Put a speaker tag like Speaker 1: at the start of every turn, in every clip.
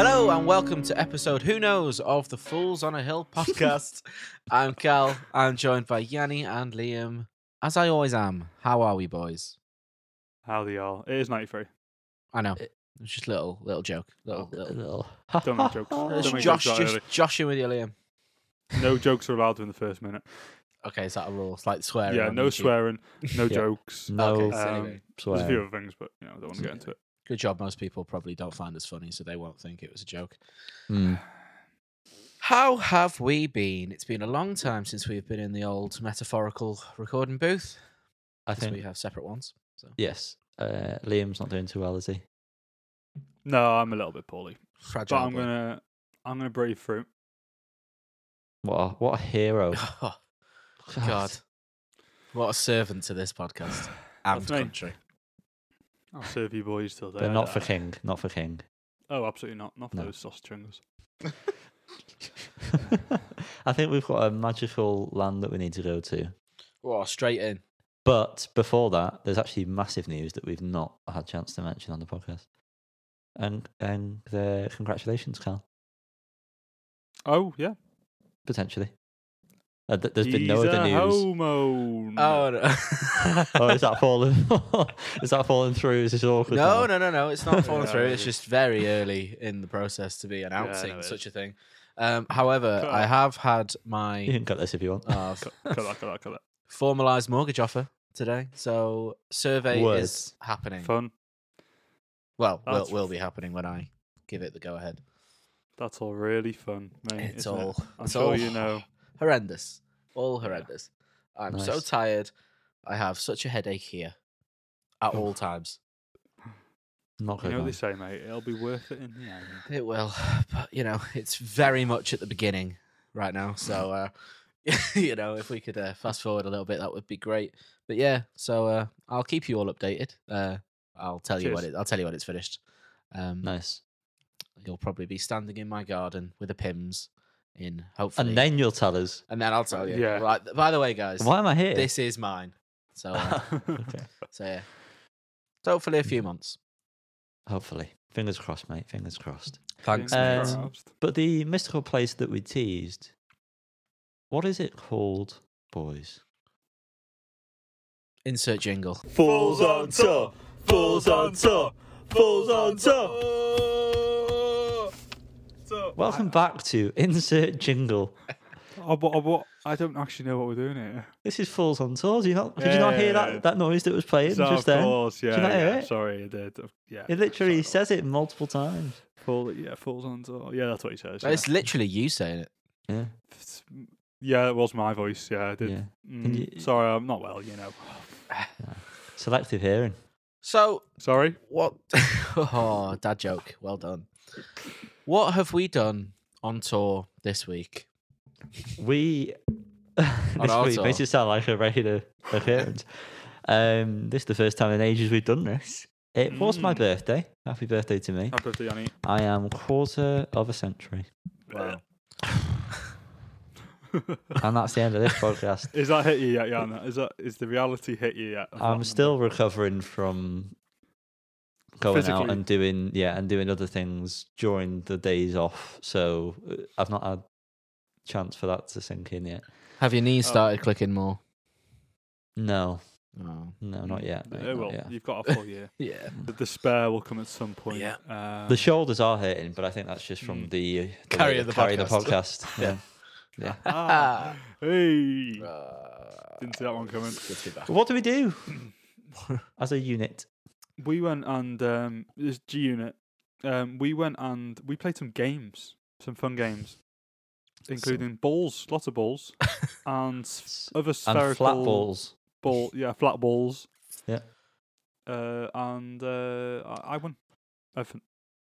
Speaker 1: and welcome to episode who knows of the Fools on a Hill podcast. I'm Cal. I'm joined by Yanni and Liam. As I always am, how are we, boys?
Speaker 2: Howdy, y'all. It is 93.
Speaker 1: I know.
Speaker 3: It-
Speaker 1: It's just a little little joke. Little, little.
Speaker 3: little.
Speaker 2: Don't make jokes.
Speaker 1: It's
Speaker 2: Don't make
Speaker 1: Josh,
Speaker 2: jokes
Speaker 1: just
Speaker 2: like
Speaker 1: joshing with you, Liam.
Speaker 2: No jokes are allowed in the first minute.
Speaker 1: Okay, is that a rule? It's like swearing.
Speaker 2: yeah,
Speaker 1: on
Speaker 2: no
Speaker 1: YouTube.
Speaker 2: swearing, no
Speaker 3: Yeah.
Speaker 2: jokes.
Speaker 3: No
Speaker 1: Okay, so
Speaker 2: Um,
Speaker 1: anyway,
Speaker 2: There's a few
Speaker 3: swear.
Speaker 2: other things, but you know, I don't want to get into it.
Speaker 1: good job. Most people probably don't find us funny, so they won't think it was a joke.
Speaker 3: Mm.
Speaker 1: How have we been? It's been a long time since we've been in the old metaphorical recording booth.
Speaker 3: I
Speaker 1: 'cause we
Speaker 3: think
Speaker 1: have separate ones.
Speaker 3: yes. Uh, Liam's not doing too well, is he?
Speaker 2: No, I'm a little bit poorly, but
Speaker 1: Fragile.
Speaker 2: I'm
Speaker 1: bloke.
Speaker 2: gonna, I'm gonna brave through.
Speaker 3: What a, what a hero!
Speaker 1: Oh, God. What a servant to this podcast and
Speaker 2: That's me.
Speaker 1: country.
Speaker 2: I'll serve you boys till
Speaker 3: Oh. but
Speaker 2: then.
Speaker 3: not for King. Not for King.
Speaker 2: Oh, absolutely not. Not for
Speaker 3: No.
Speaker 2: those sausage fingers.
Speaker 3: I think we've got a magical land that we need to go to.
Speaker 1: Whoa, straight in.
Speaker 3: But before that, there's actually massive news that we've not had a chance to mention on the podcast. And and uh, congratulations, Cal.
Speaker 2: Oh yeah,
Speaker 3: Potentially, uh, th- there's been no
Speaker 2: He's
Speaker 3: other
Speaker 2: a
Speaker 3: news.
Speaker 2: Homo.
Speaker 1: Oh, no.
Speaker 3: Oh, is that falling? is that falling through? Is this awkward?
Speaker 1: no,
Speaker 3: now?
Speaker 1: no, no, no. It's not falling
Speaker 2: Yeah,
Speaker 1: through.
Speaker 2: it
Speaker 1: It's
Speaker 2: is.
Speaker 1: just very early in the process to be announcing
Speaker 2: no, it
Speaker 1: such
Speaker 2: is.
Speaker 1: a thing. Um, however, I
Speaker 2: Cut.
Speaker 1: have had
Speaker 3: You
Speaker 1: my
Speaker 3: can cut this if you want.
Speaker 1: uh,
Speaker 2: Cut, cut that, cut that, cut
Speaker 1: formalized mortgage offer today. So survey is
Speaker 3: Words.
Speaker 1: happening.
Speaker 2: that. Fun.
Speaker 1: well, will,
Speaker 2: That's-
Speaker 1: will be happening when I give it the go ahead.
Speaker 2: That's all really fun, mate.
Speaker 1: It's
Speaker 2: isn't it?
Speaker 1: all.
Speaker 2: I'm
Speaker 1: it's
Speaker 2: sure
Speaker 1: all
Speaker 2: you know.
Speaker 1: horrendous. All horrendous. I'm so
Speaker 3: Nice.
Speaker 1: tired. I have such a headache here at all times.
Speaker 3: Not
Speaker 2: You
Speaker 3: good.
Speaker 2: know what they
Speaker 3: man.
Speaker 2: say, mate. It'll be worth it in the end.
Speaker 1: It will, but you know, it's very much at the beginning right now. So, uh, you know, if we could uh, fast forward a little bit, that would be great. But yeah, so uh, I'll keep you all updated. Uh, I'll tell you what
Speaker 2: Cheers.
Speaker 1: it, I'll tell you when it's finished. Um,
Speaker 3: Nice.
Speaker 1: You'll probably be standing in my garden with the pims in, hopefully,
Speaker 3: And then you'll tell us.
Speaker 1: and then I'll tell you.
Speaker 2: Yeah.
Speaker 1: Right. By the way, guys,
Speaker 3: Why am I here?
Speaker 1: this is mine. So, uh,
Speaker 3: okay.
Speaker 1: so yeah. So hopefully, a few months.
Speaker 3: Hopefully, fingers crossed, mate. Fingers crossed.
Speaker 1: Thanks,
Speaker 2: Fingers
Speaker 3: mate. Um,
Speaker 2: crossed.
Speaker 3: But the mystical place that we teased, what is it called, boys?
Speaker 1: Insert jingle.
Speaker 4: Fools on tour, fools on tour, fools on tour.
Speaker 3: Welcome back to Insert Jingle.
Speaker 2: Oh, but, oh, but I don't actually know what we're doing here.
Speaker 3: This is Fools on Tour. Do you not, did you not hear
Speaker 2: Yeah.
Speaker 3: that, that noise that was playing
Speaker 2: So,
Speaker 3: just
Speaker 2: of
Speaker 3: then?
Speaker 2: course, yeah,
Speaker 3: you not hear
Speaker 2: yeah,
Speaker 3: it?
Speaker 2: Sorry, I did. uh, Yeah,
Speaker 3: It literally
Speaker 2: sorry.
Speaker 3: says it multiple times.
Speaker 2: Fool- yeah, fools on tour. Yeah, that's what he says.
Speaker 1: It's
Speaker 2: Yeah.
Speaker 1: literally you saying it.
Speaker 3: Yeah.
Speaker 2: It's- yeah, it was my voice. Yeah, I did.
Speaker 3: yeah.
Speaker 2: Mm,
Speaker 3: you-
Speaker 2: sorry, I'm not well. You know.
Speaker 3: Selective hearing.
Speaker 1: So
Speaker 2: Sorry.
Speaker 1: What? oh, dad joke. Well done. What have we done on tour this week?
Speaker 3: We
Speaker 1: On
Speaker 3: this
Speaker 1: our
Speaker 3: week
Speaker 1: tour.
Speaker 3: makes it sound like a regular appearance. um, this is the first time in ages we've done this. It was my
Speaker 2: Mm.
Speaker 3: birthday. Happy birthday to me.
Speaker 2: Happy birthday, Yanni.
Speaker 3: I am quarter of a century,
Speaker 1: Wow.
Speaker 3: and that's the end of this podcast.
Speaker 2: Is that hit you yet, Yana? Is that is the reality hit you yet? of
Speaker 3: I'm
Speaker 2: that
Speaker 3: still recovering from going out
Speaker 2: Physically.
Speaker 3: and doing yeah and doing other things during the days off. So uh, I've not had chance for that to sink in yet.
Speaker 1: Have your knees
Speaker 2: Oh.
Speaker 1: started clicking more?
Speaker 3: No,
Speaker 1: Oh,
Speaker 3: no,
Speaker 2: number?
Speaker 3: not yet.
Speaker 2: Mm,
Speaker 3: mate,
Speaker 2: It
Speaker 3: not
Speaker 2: will.
Speaker 3: yet.
Speaker 2: You've got a full year.
Speaker 1: yeah.
Speaker 2: The despair will come at some point.
Speaker 1: Yeah.
Speaker 2: Um,
Speaker 3: The shoulders are hurting, but I think that's just from
Speaker 2: Mm.
Speaker 3: the, uh, the
Speaker 1: Carry
Speaker 3: way
Speaker 1: of
Speaker 3: they
Speaker 1: the
Speaker 3: carry the
Speaker 1: podcast.
Speaker 3: podcast. yeah. yeah.
Speaker 2: Ah, hey. Didn't see that one coming.
Speaker 1: Good to be back.
Speaker 3: But What do we do as a unit?
Speaker 2: we went and um, this G Unit. Um, we went and we played some games, some fun games, including balls, lots of balls, and s-
Speaker 3: S-
Speaker 2: other spherical
Speaker 3: And flat balls.
Speaker 2: ball, yeah, flat balls.
Speaker 3: Yeah.
Speaker 2: Uh, and uh, I, I won. I fin-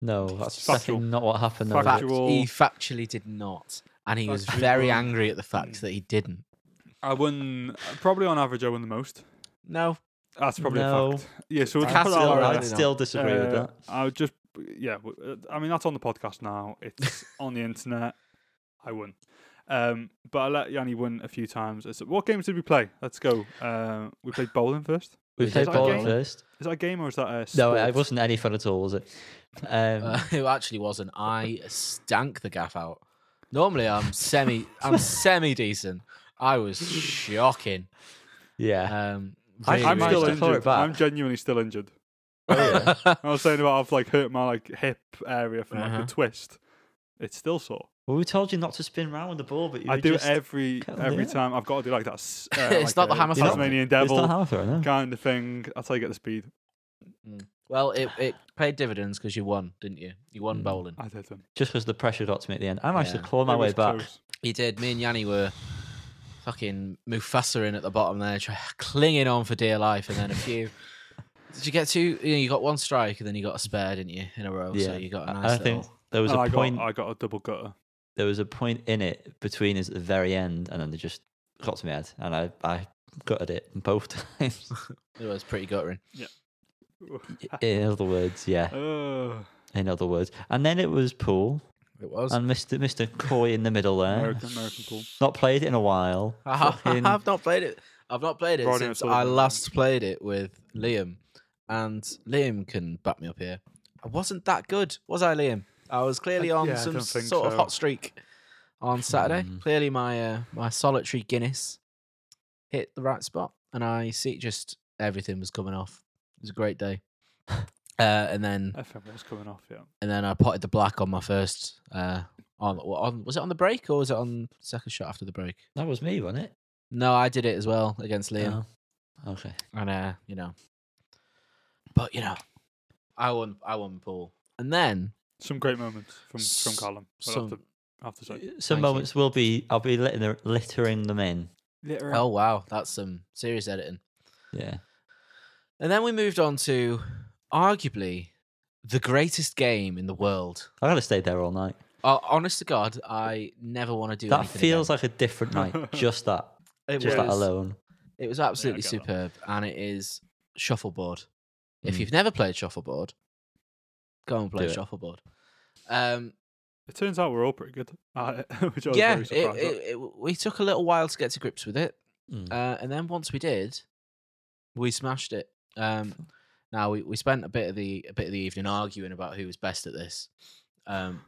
Speaker 3: No, that's
Speaker 2: Factual.
Speaker 3: fucking not what happened. though, is it?
Speaker 1: Fact,
Speaker 2: Factual.
Speaker 1: he factually did not, and he was
Speaker 2: Factually
Speaker 1: very
Speaker 2: wrong.
Speaker 1: angry at the
Speaker 2: Hmm.
Speaker 1: fact that he didn't.
Speaker 2: I won. uh, Probably on average, I won the most.
Speaker 1: No,
Speaker 2: That's probably
Speaker 3: No.
Speaker 2: a fact. Yeah. So we
Speaker 1: That's
Speaker 2: can
Speaker 3: I'd
Speaker 2: put
Speaker 3: still,
Speaker 2: that
Speaker 1: all
Speaker 2: out
Speaker 1: right.
Speaker 2: there.
Speaker 3: I'd still disagree with
Speaker 2: Uh,
Speaker 3: that.
Speaker 2: I would just, yeah. w- uh, I mean, that's on the podcast now. It's on the internet. I won. Um, but I let Yanni win a few times. It's- what games did we play? Let's go. Um, we played bowling first.
Speaker 3: We
Speaker 2: Is
Speaker 3: played
Speaker 2: that
Speaker 3: bowling
Speaker 2: game?
Speaker 3: first.
Speaker 2: Is that a game or is that a
Speaker 3: No, it
Speaker 2: sport?
Speaker 3: wasn't any fun at all, was it? Um,
Speaker 1: uh, who actually wasn't. I stank the gaff out. Normally, I'm semi, I'm semi decent. I was shocking.
Speaker 2: uh,
Speaker 3: yeah.
Speaker 1: Um,
Speaker 3: I-
Speaker 1: really,
Speaker 2: I'm
Speaker 1: really
Speaker 2: still
Speaker 3: I thought it
Speaker 2: injured.
Speaker 3: back.
Speaker 2: I'm genuinely still injured.
Speaker 3: Oh,
Speaker 1: bad.
Speaker 2: I was saying about I've like hurt my like hip area from like
Speaker 1: Uh-huh.
Speaker 2: a twist. It's still sore.
Speaker 3: well, we told you not to spin round with the ball, but you
Speaker 2: I
Speaker 3: were
Speaker 2: do
Speaker 3: just,
Speaker 2: every
Speaker 3: Can't do
Speaker 2: every
Speaker 3: it.
Speaker 2: time. I've got to do like that. s- Uh,
Speaker 1: It's
Speaker 2: like
Speaker 1: not the
Speaker 2: a
Speaker 1: hammer throw.
Speaker 2: Tasmanian
Speaker 3: It's not
Speaker 2: devil
Speaker 3: hammer throw, no.
Speaker 2: kind of thing. That's how you get the speed.
Speaker 1: well, it, it paid dividends because you won, didn't you? You won
Speaker 3: Mm.
Speaker 1: bowling.
Speaker 2: I did them.
Speaker 3: Just because the pressure got to me at the end. I managed
Speaker 1: Yeah.
Speaker 3: to claw my
Speaker 2: It
Speaker 3: way
Speaker 2: was
Speaker 3: back.
Speaker 2: close.
Speaker 1: He did. Me and Yanni were fucking Mufasa in at the bottom there, try, clinging on for dear life, and then a few. Did you get two? You, know, you got one strike, and then you got a spare, didn't you, in a row?
Speaker 3: Yeah.
Speaker 1: So you got
Speaker 3: I-
Speaker 1: a nice
Speaker 3: I think
Speaker 1: little-
Speaker 3: there was
Speaker 2: And
Speaker 3: a
Speaker 2: Oh, I
Speaker 3: point.
Speaker 2: got I got a double gutter.
Speaker 3: There was a point in it between us at the very end, and then they just got to my head, and I I gutted it both times.
Speaker 1: It was pretty guttering.
Speaker 3: in other words, yeah.
Speaker 2: Ugh.
Speaker 3: In other words, and then it was pool
Speaker 1: It was.
Speaker 3: and Mister Mister Coy in the middle there.
Speaker 2: American American pool.
Speaker 3: Not played it in a while.
Speaker 1: I
Speaker 3: Fucking-
Speaker 1: have not played it. I've not played it
Speaker 2: Rodney
Speaker 1: since I
Speaker 2: O'Sullivan.
Speaker 1: last played it with Liam, and Liam can back me up here. I wasn't that good, was I, Liam? I was clearly
Speaker 2: I-
Speaker 1: on
Speaker 2: yeah, I
Speaker 1: some
Speaker 2: don't
Speaker 1: sort
Speaker 2: think
Speaker 1: of
Speaker 2: so.
Speaker 1: hot streak on Saturday.
Speaker 3: Hmm.
Speaker 1: Clearly, my uh, my solitary Guinness hit the right spot, and I see just everything was coming off. It was a great day, uh, and then
Speaker 2: FM was coming off. Yeah.
Speaker 1: and then I potted the black on my first uh, on on was it on the break or was it on second shot after the break?
Speaker 3: That was me, wasn't it?
Speaker 1: No, I did it as well against Liam.
Speaker 3: Oh, okay.
Speaker 1: and uh, you know, but you know, I won. I won pool, and then
Speaker 2: Some great moments from from
Speaker 1: S-
Speaker 2: Callum. We'll
Speaker 1: some.
Speaker 2: have to have to say.
Speaker 3: Some
Speaker 1: Thank you.
Speaker 3: moments will be. I'll be littering, littering them in.
Speaker 1: Oh wow, that's some serious editing.
Speaker 3: Yeah.
Speaker 1: And then we moved on to arguably the greatest game in the world.
Speaker 3: I gotta stay there all night.
Speaker 1: Uh, honest to God, I never want to do
Speaker 3: that
Speaker 1: anything
Speaker 3: feels
Speaker 1: again.
Speaker 3: like a different night. Just that.
Speaker 1: It
Speaker 3: Just that
Speaker 1: was-
Speaker 3: alone.
Speaker 1: It was absolutely
Speaker 2: get that.
Speaker 1: superb, and it is shuffleboard. If
Speaker 3: Mm.
Speaker 1: you've never played shuffleboard, go and play
Speaker 3: Do it.
Speaker 1: shuffleboard. Um,
Speaker 2: It turns out we're all pretty good. at it, which I was
Speaker 1: yeah,
Speaker 2: very
Speaker 1: it,
Speaker 2: surprised at.
Speaker 1: it, it, we took a little while to get to grips with it.
Speaker 3: Mm.
Speaker 1: Uh, and then once we did, we smashed it. Um, now we, we spent a bit of the a bit of the evening arguing about who was best at this. Um,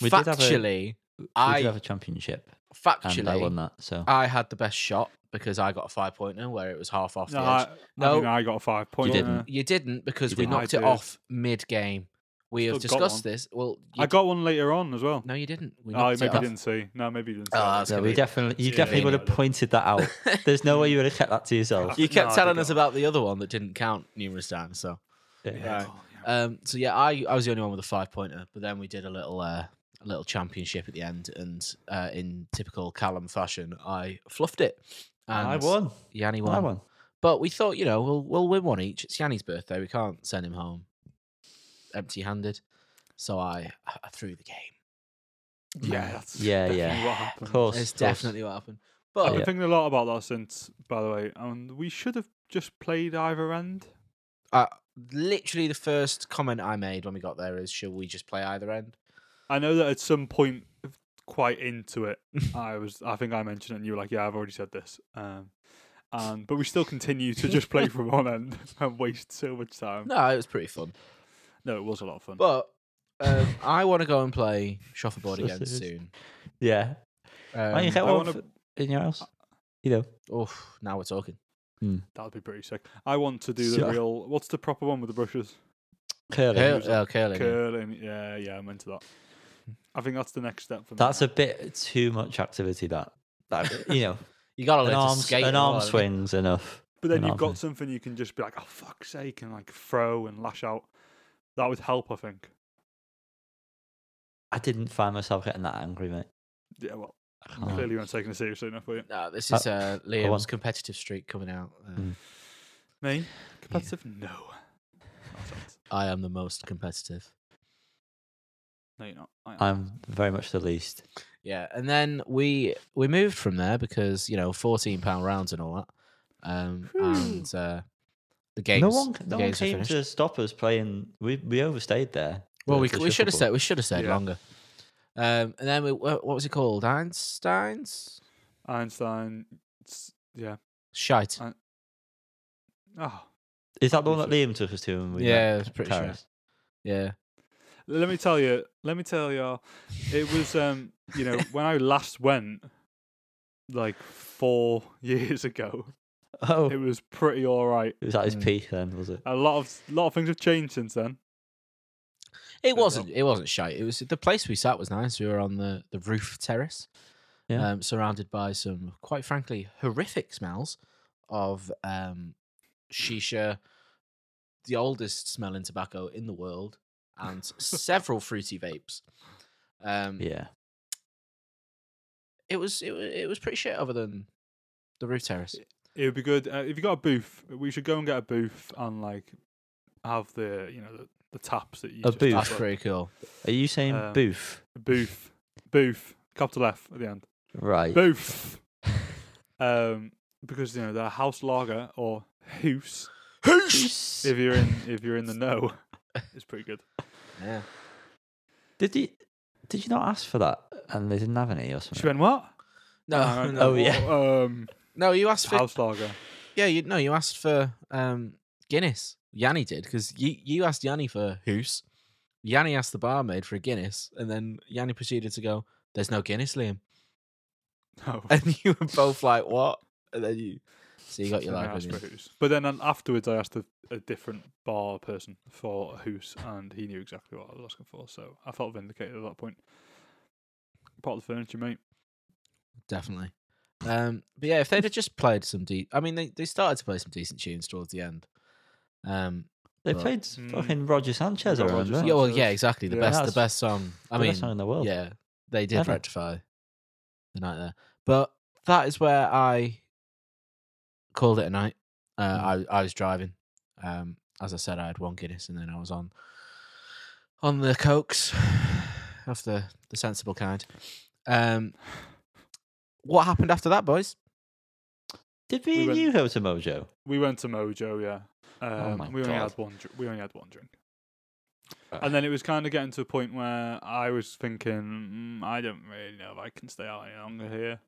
Speaker 3: We did have a-
Speaker 1: factually,
Speaker 3: we
Speaker 1: I-
Speaker 3: did have a championship, and I
Speaker 1: factually,
Speaker 3: won that. So
Speaker 1: I had the best shot because I got a five pointer where it was half off.
Speaker 2: No,
Speaker 1: the edge.
Speaker 2: I, I,
Speaker 1: No.
Speaker 2: mean, I got a five point.
Speaker 3: didn't.
Speaker 2: uh,
Speaker 1: you didn't because
Speaker 3: You
Speaker 1: we
Speaker 3: didn't.
Speaker 1: knocked
Speaker 2: I
Speaker 1: it
Speaker 2: did.
Speaker 1: off mid game. We have
Speaker 2: Still got
Speaker 1: discussed
Speaker 2: one.
Speaker 1: this. Well,
Speaker 2: I
Speaker 1: you-
Speaker 2: got one later on as well.
Speaker 1: no, you didn't. We
Speaker 2: oh,
Speaker 1: knocked
Speaker 2: maybe
Speaker 1: it
Speaker 2: you
Speaker 1: off.
Speaker 2: didn't see. No, maybe you didn't see.
Speaker 1: Oh,
Speaker 2: that.
Speaker 1: that's
Speaker 3: yeah,
Speaker 1: gonna
Speaker 3: we
Speaker 1: be-
Speaker 3: definitely, you
Speaker 2: Yeah.
Speaker 3: definitely would have
Speaker 2: Yeah.
Speaker 3: pointed that out. There's no way you would have kept that to yourself.
Speaker 1: You kept
Speaker 2: No, I
Speaker 1: telling
Speaker 2: did
Speaker 1: us
Speaker 2: not.
Speaker 1: about the other one that didn't count numerous times. So
Speaker 3: Yeah.
Speaker 1: Right.
Speaker 2: oh, yeah.
Speaker 1: Um, so yeah, I, I was the only one with a five pointer, but then we did a little uh, a little championship at the end, and uh, in typical Callum fashion, I fluffed it. And
Speaker 3: I won.
Speaker 1: Yanni
Speaker 3: I
Speaker 1: won.
Speaker 3: won.
Speaker 1: But we thought, you know, we'll we'll win one each. It's Yanni's birthday. We can't send him home empty-handed. So I I threw the game.
Speaker 2: yeah, that's
Speaker 3: Yeah,
Speaker 2: definitely
Speaker 3: yeah.
Speaker 2: What
Speaker 3: Of
Speaker 2: happened.
Speaker 3: course.
Speaker 1: It's
Speaker 3: of course.
Speaker 1: definitely what happened.
Speaker 2: I've
Speaker 1: But
Speaker 2: been thinking a lot about that since, by the way, and we should have just played either end.
Speaker 1: uh, literally, the first comment I made when we got there is, "Shall we just play either end?"
Speaker 2: I know that at some point, quite into it, I was. I think I mentioned it, and you were like, "Yeah, I've already said this." Um, and but we still continue to just play from one end and waste so much time.
Speaker 1: No, it was pretty fun.
Speaker 2: No, it was a lot of fun.
Speaker 1: But um, I want to go and play shuffleboard
Speaker 3: So
Speaker 1: again
Speaker 3: serious.
Speaker 1: soon.
Speaker 3: Yeah.
Speaker 1: Um,
Speaker 3: Why don't you get
Speaker 2: I
Speaker 3: one
Speaker 2: wanna-
Speaker 3: f- in your house? Hmm. You know.
Speaker 1: oof, now we're talking. Hmm.
Speaker 2: That'd be pretty sick. I want to do the
Speaker 3: Yeah.
Speaker 2: real. What's the proper one with the brushes?
Speaker 3: Curling.
Speaker 1: Curl,
Speaker 2: was
Speaker 1: uh, curling. yeah.
Speaker 2: Curling. Yeah, yeah, I'm into that. I think that's the next step for me.
Speaker 3: That's a bit too much activity. That, that you know,
Speaker 1: You gotta
Speaker 3: an
Speaker 1: learn
Speaker 3: arm,
Speaker 1: to skate.
Speaker 3: an
Speaker 1: and
Speaker 3: arm
Speaker 1: all that.
Speaker 3: swing's enough.
Speaker 2: But then
Speaker 3: an
Speaker 2: you've got
Speaker 3: arm.
Speaker 2: something you can just be like, oh fuck's sake, and like throw and lash out. That would help, I think.
Speaker 3: I didn't find myself getting that angry, mate.
Speaker 2: Yeah, well,
Speaker 3: I can't.
Speaker 2: clearly you weren't taking it seriously enough, were you?
Speaker 1: No, this
Speaker 3: Uh,
Speaker 1: is uh,
Speaker 3: on.
Speaker 1: Liam's competitive streak coming out. Uh,
Speaker 3: Mm.
Speaker 2: Me? Competitive? No. Not a chance.
Speaker 1: I am the most competitive.
Speaker 2: No, you're not. Oh, I am.
Speaker 3: I'm very much the least.
Speaker 1: Yeah, and then we we moved from there because you know fourteen pound rounds and all that, um, and uh, the games.
Speaker 3: no one,
Speaker 1: the
Speaker 3: no one
Speaker 1: games were
Speaker 3: came
Speaker 1: finished.
Speaker 3: to stop us playing. We we overstayed there.
Speaker 1: Well,
Speaker 3: the-
Speaker 1: we,
Speaker 3: the
Speaker 1: we should have
Speaker 3: shuffleboard.
Speaker 1: said we should have said
Speaker 2: Yeah.
Speaker 1: longer. Um, and then we wha- what was it called? Einstein's
Speaker 2: Einstein. It's, yeah.
Speaker 1: shite.
Speaker 3: Uh,
Speaker 2: Oh,
Speaker 3: Is that the one that
Speaker 2: Research.
Speaker 3: Liam took us to? And we met
Speaker 1: Yeah, I was pretty sure.
Speaker 3: Paris?
Speaker 1: Yeah,
Speaker 2: let me tell you, let me tell you, it was um, you know, when I last went, like four years ago,
Speaker 3: Oh,
Speaker 2: it was pretty all right.
Speaker 3: it was at his
Speaker 1: Mm.
Speaker 3: peak then, was it?
Speaker 2: A lot of lot of things have changed since then.
Speaker 1: It
Speaker 2: well.
Speaker 1: wasn't. It wasn't shite. It was the place we sat was nice. We were on the the roof terrace,
Speaker 3: Yeah.
Speaker 1: um, surrounded by some quite frankly horrific smells of um, shisha, the oldest smelling tobacco in the world, and several fruity vapes. Um,
Speaker 3: Yeah.
Speaker 1: It was it, wa- it was pretty shit. Other than the roof terrace,
Speaker 2: It would be good uh, if you got a booth. We should go and get a booth and like have the you know the, the taps that you
Speaker 3: A
Speaker 2: just
Speaker 3: booth.
Speaker 1: that's
Speaker 2: have,
Speaker 1: pretty cool.
Speaker 3: Are you saying
Speaker 2: Um,
Speaker 3: booth?
Speaker 2: a booth, booth, capital F at the end.
Speaker 3: Right.
Speaker 2: Booth. um, because you know the house lager or hoose if you're in if you're in the know it's pretty good.
Speaker 1: Yeah.
Speaker 3: Did you did you not ask for that and they didn't have any or
Speaker 2: She
Speaker 3: something?
Speaker 2: went what?
Speaker 1: No,
Speaker 2: And I went,
Speaker 1: no,
Speaker 3: oh, yeah.
Speaker 2: Um,
Speaker 1: no. You asked for
Speaker 2: house lager.
Speaker 1: Yeah, you no, you asked for um Guinness. Yanni did because you you asked Yanni for Hoos. Yanni asked the barmaid for a Guinness, and then Yanni proceeded to go, "There's no Guinness, Liam."
Speaker 2: No.
Speaker 1: And you were both like, "What?" And then you, so you got your
Speaker 2: Then I
Speaker 1: life.
Speaker 2: asked for
Speaker 1: didn't you?
Speaker 2: hoose. But then um, afterwards, I asked a, a different bar person for a hoose, and he knew exactly what I was asking for, so I felt vindicated at that point. Part of the furniture, mate.
Speaker 1: Definitely. Um, but yeah, if they'd have just played some de- I mean, they they started to play some decent tunes towards the end. Um,
Speaker 3: They
Speaker 1: Well,
Speaker 3: played
Speaker 2: mm.
Speaker 3: fucking Roger Sanchez, I
Speaker 2: Roger
Speaker 3: remember.
Speaker 2: Sanchez.
Speaker 1: yeah, well,
Speaker 2: so
Speaker 1: yeah,
Speaker 2: it's-
Speaker 1: exactly. The
Speaker 2: yeah.
Speaker 1: best, the
Speaker 3: That's
Speaker 1: best song. I
Speaker 3: the
Speaker 1: mean,
Speaker 3: best song in the world.
Speaker 1: Yeah, they did
Speaker 3: Ever.
Speaker 1: rectify the night there, but that is where I called it a night. Uh, I I was driving. Um, as I said, I had one Guinness, and then I was on on the cokes of the the sensible kind. Um, what happened after that, boys?
Speaker 3: Did
Speaker 2: We
Speaker 3: we, and
Speaker 2: went-
Speaker 3: you go to Mojo?
Speaker 2: We went to Mojo, yeah. Um,
Speaker 3: my
Speaker 2: we only
Speaker 3: God.
Speaker 2: had one. dr- We only had one drink,
Speaker 3: Right.
Speaker 2: and then it was kind of getting to a point where I was thinking, mm, I don't really know if I can stay out any longer here,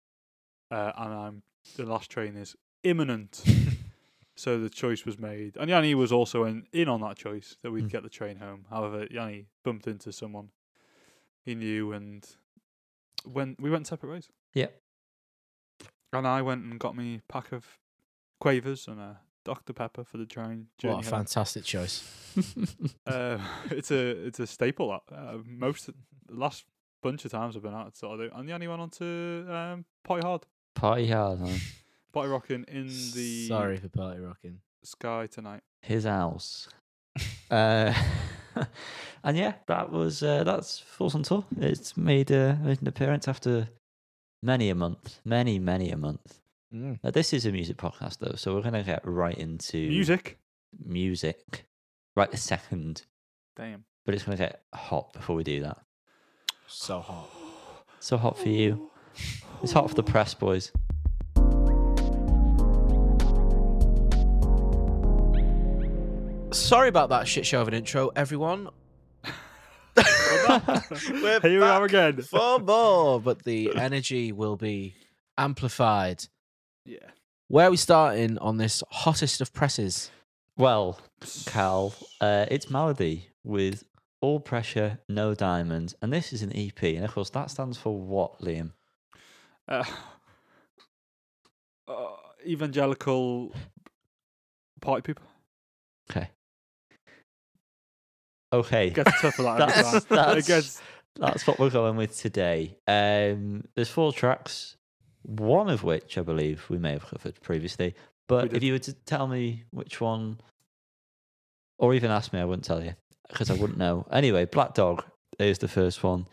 Speaker 2: uh, and I'm the last train is imminent. so the choice was made, and Yanni was also in, in on that choice that
Speaker 1: Hmm.
Speaker 2: we'd
Speaker 3: Mm.
Speaker 2: get the train home. However, Yanni bumped into someone he knew, and when we went separate ways.
Speaker 3: Yep.
Speaker 2: And I went and got me a pack of quavers and a Dr Pepper for the train journey.
Speaker 1: What a
Speaker 2: home.
Speaker 1: fantastic choice!
Speaker 2: Uh, it's a it's a staple. That, uh, most the last bunch of times I've been out, so I do. And Yanni went on to um, Potty Hard,
Speaker 3: Party hard, man.
Speaker 2: Potty Rocking in the
Speaker 1: Sorry for party rocking.
Speaker 2: sky tonight.
Speaker 3: His house. uh, and yeah, that was uh, that's Force on Tour. It's made, uh, made an appearance after many a month, many many a month.
Speaker 1: Mm.
Speaker 3: Now, this is a music podcast though, so we're gonna get right into
Speaker 2: Music.
Speaker 3: music right the second.
Speaker 2: Damn.
Speaker 3: But it's gonna get hot before we do that.
Speaker 1: So hot.
Speaker 3: So hot for you. It's hot for the press, boys.
Speaker 1: Sorry about that shit show of an intro, everyone. We're
Speaker 2: Here we
Speaker 1: back.
Speaker 2: are again.
Speaker 1: for more, but the energy will be amplified.
Speaker 2: Yeah.
Speaker 1: Where are we starting on this hottest of presses?
Speaker 3: Well, Cal, uh, it's Malady with All Pressure, No Diamonds. And this is an EP. And of course, that stands for what, Liam?
Speaker 2: Uh, uh, evangelical party people.
Speaker 3: Okay. Okay.
Speaker 2: It gets tougher that every
Speaker 3: That's,
Speaker 2: time.
Speaker 3: that's,
Speaker 2: It gets
Speaker 3: that's what we're going with today. Um, there's four tracks, one of which I believe we may have covered previously. But
Speaker 2: did.
Speaker 3: if you were to tell me which one, or even ask me, I wouldn't tell you because I wouldn't know. Anyway, Black Dog is the first one.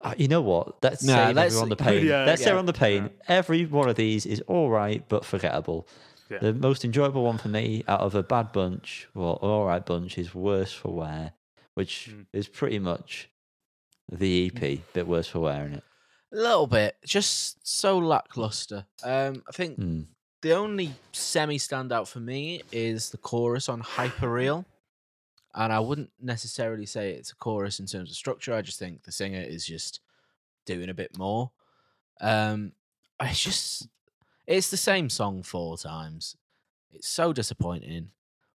Speaker 3: Uh, you know what? Let's
Speaker 1: Nah,
Speaker 3: save
Speaker 1: let's-
Speaker 3: everyone the pain.
Speaker 2: Yeah,
Speaker 3: let's save
Speaker 2: yeah.
Speaker 3: on the pain. Every one of these is all right but forgettable.
Speaker 2: Yeah.
Speaker 3: The most enjoyable one for me out of a bad bunch, well, an all right bunch, is Worse for Wear, which
Speaker 2: Mm.
Speaker 3: is pretty much the
Speaker 2: Hmm.
Speaker 3: EP, bit worse for wearing it.
Speaker 1: A little bit, just so lackluster. Um, I think
Speaker 3: Mm.
Speaker 1: the only semi standout for me is the chorus on Hyperreal. And I wouldn't necessarily say it's a chorus in terms of structure. I just think the singer is just doing a bit more. Um, it's just, it's the same song four times. It's so disappointing.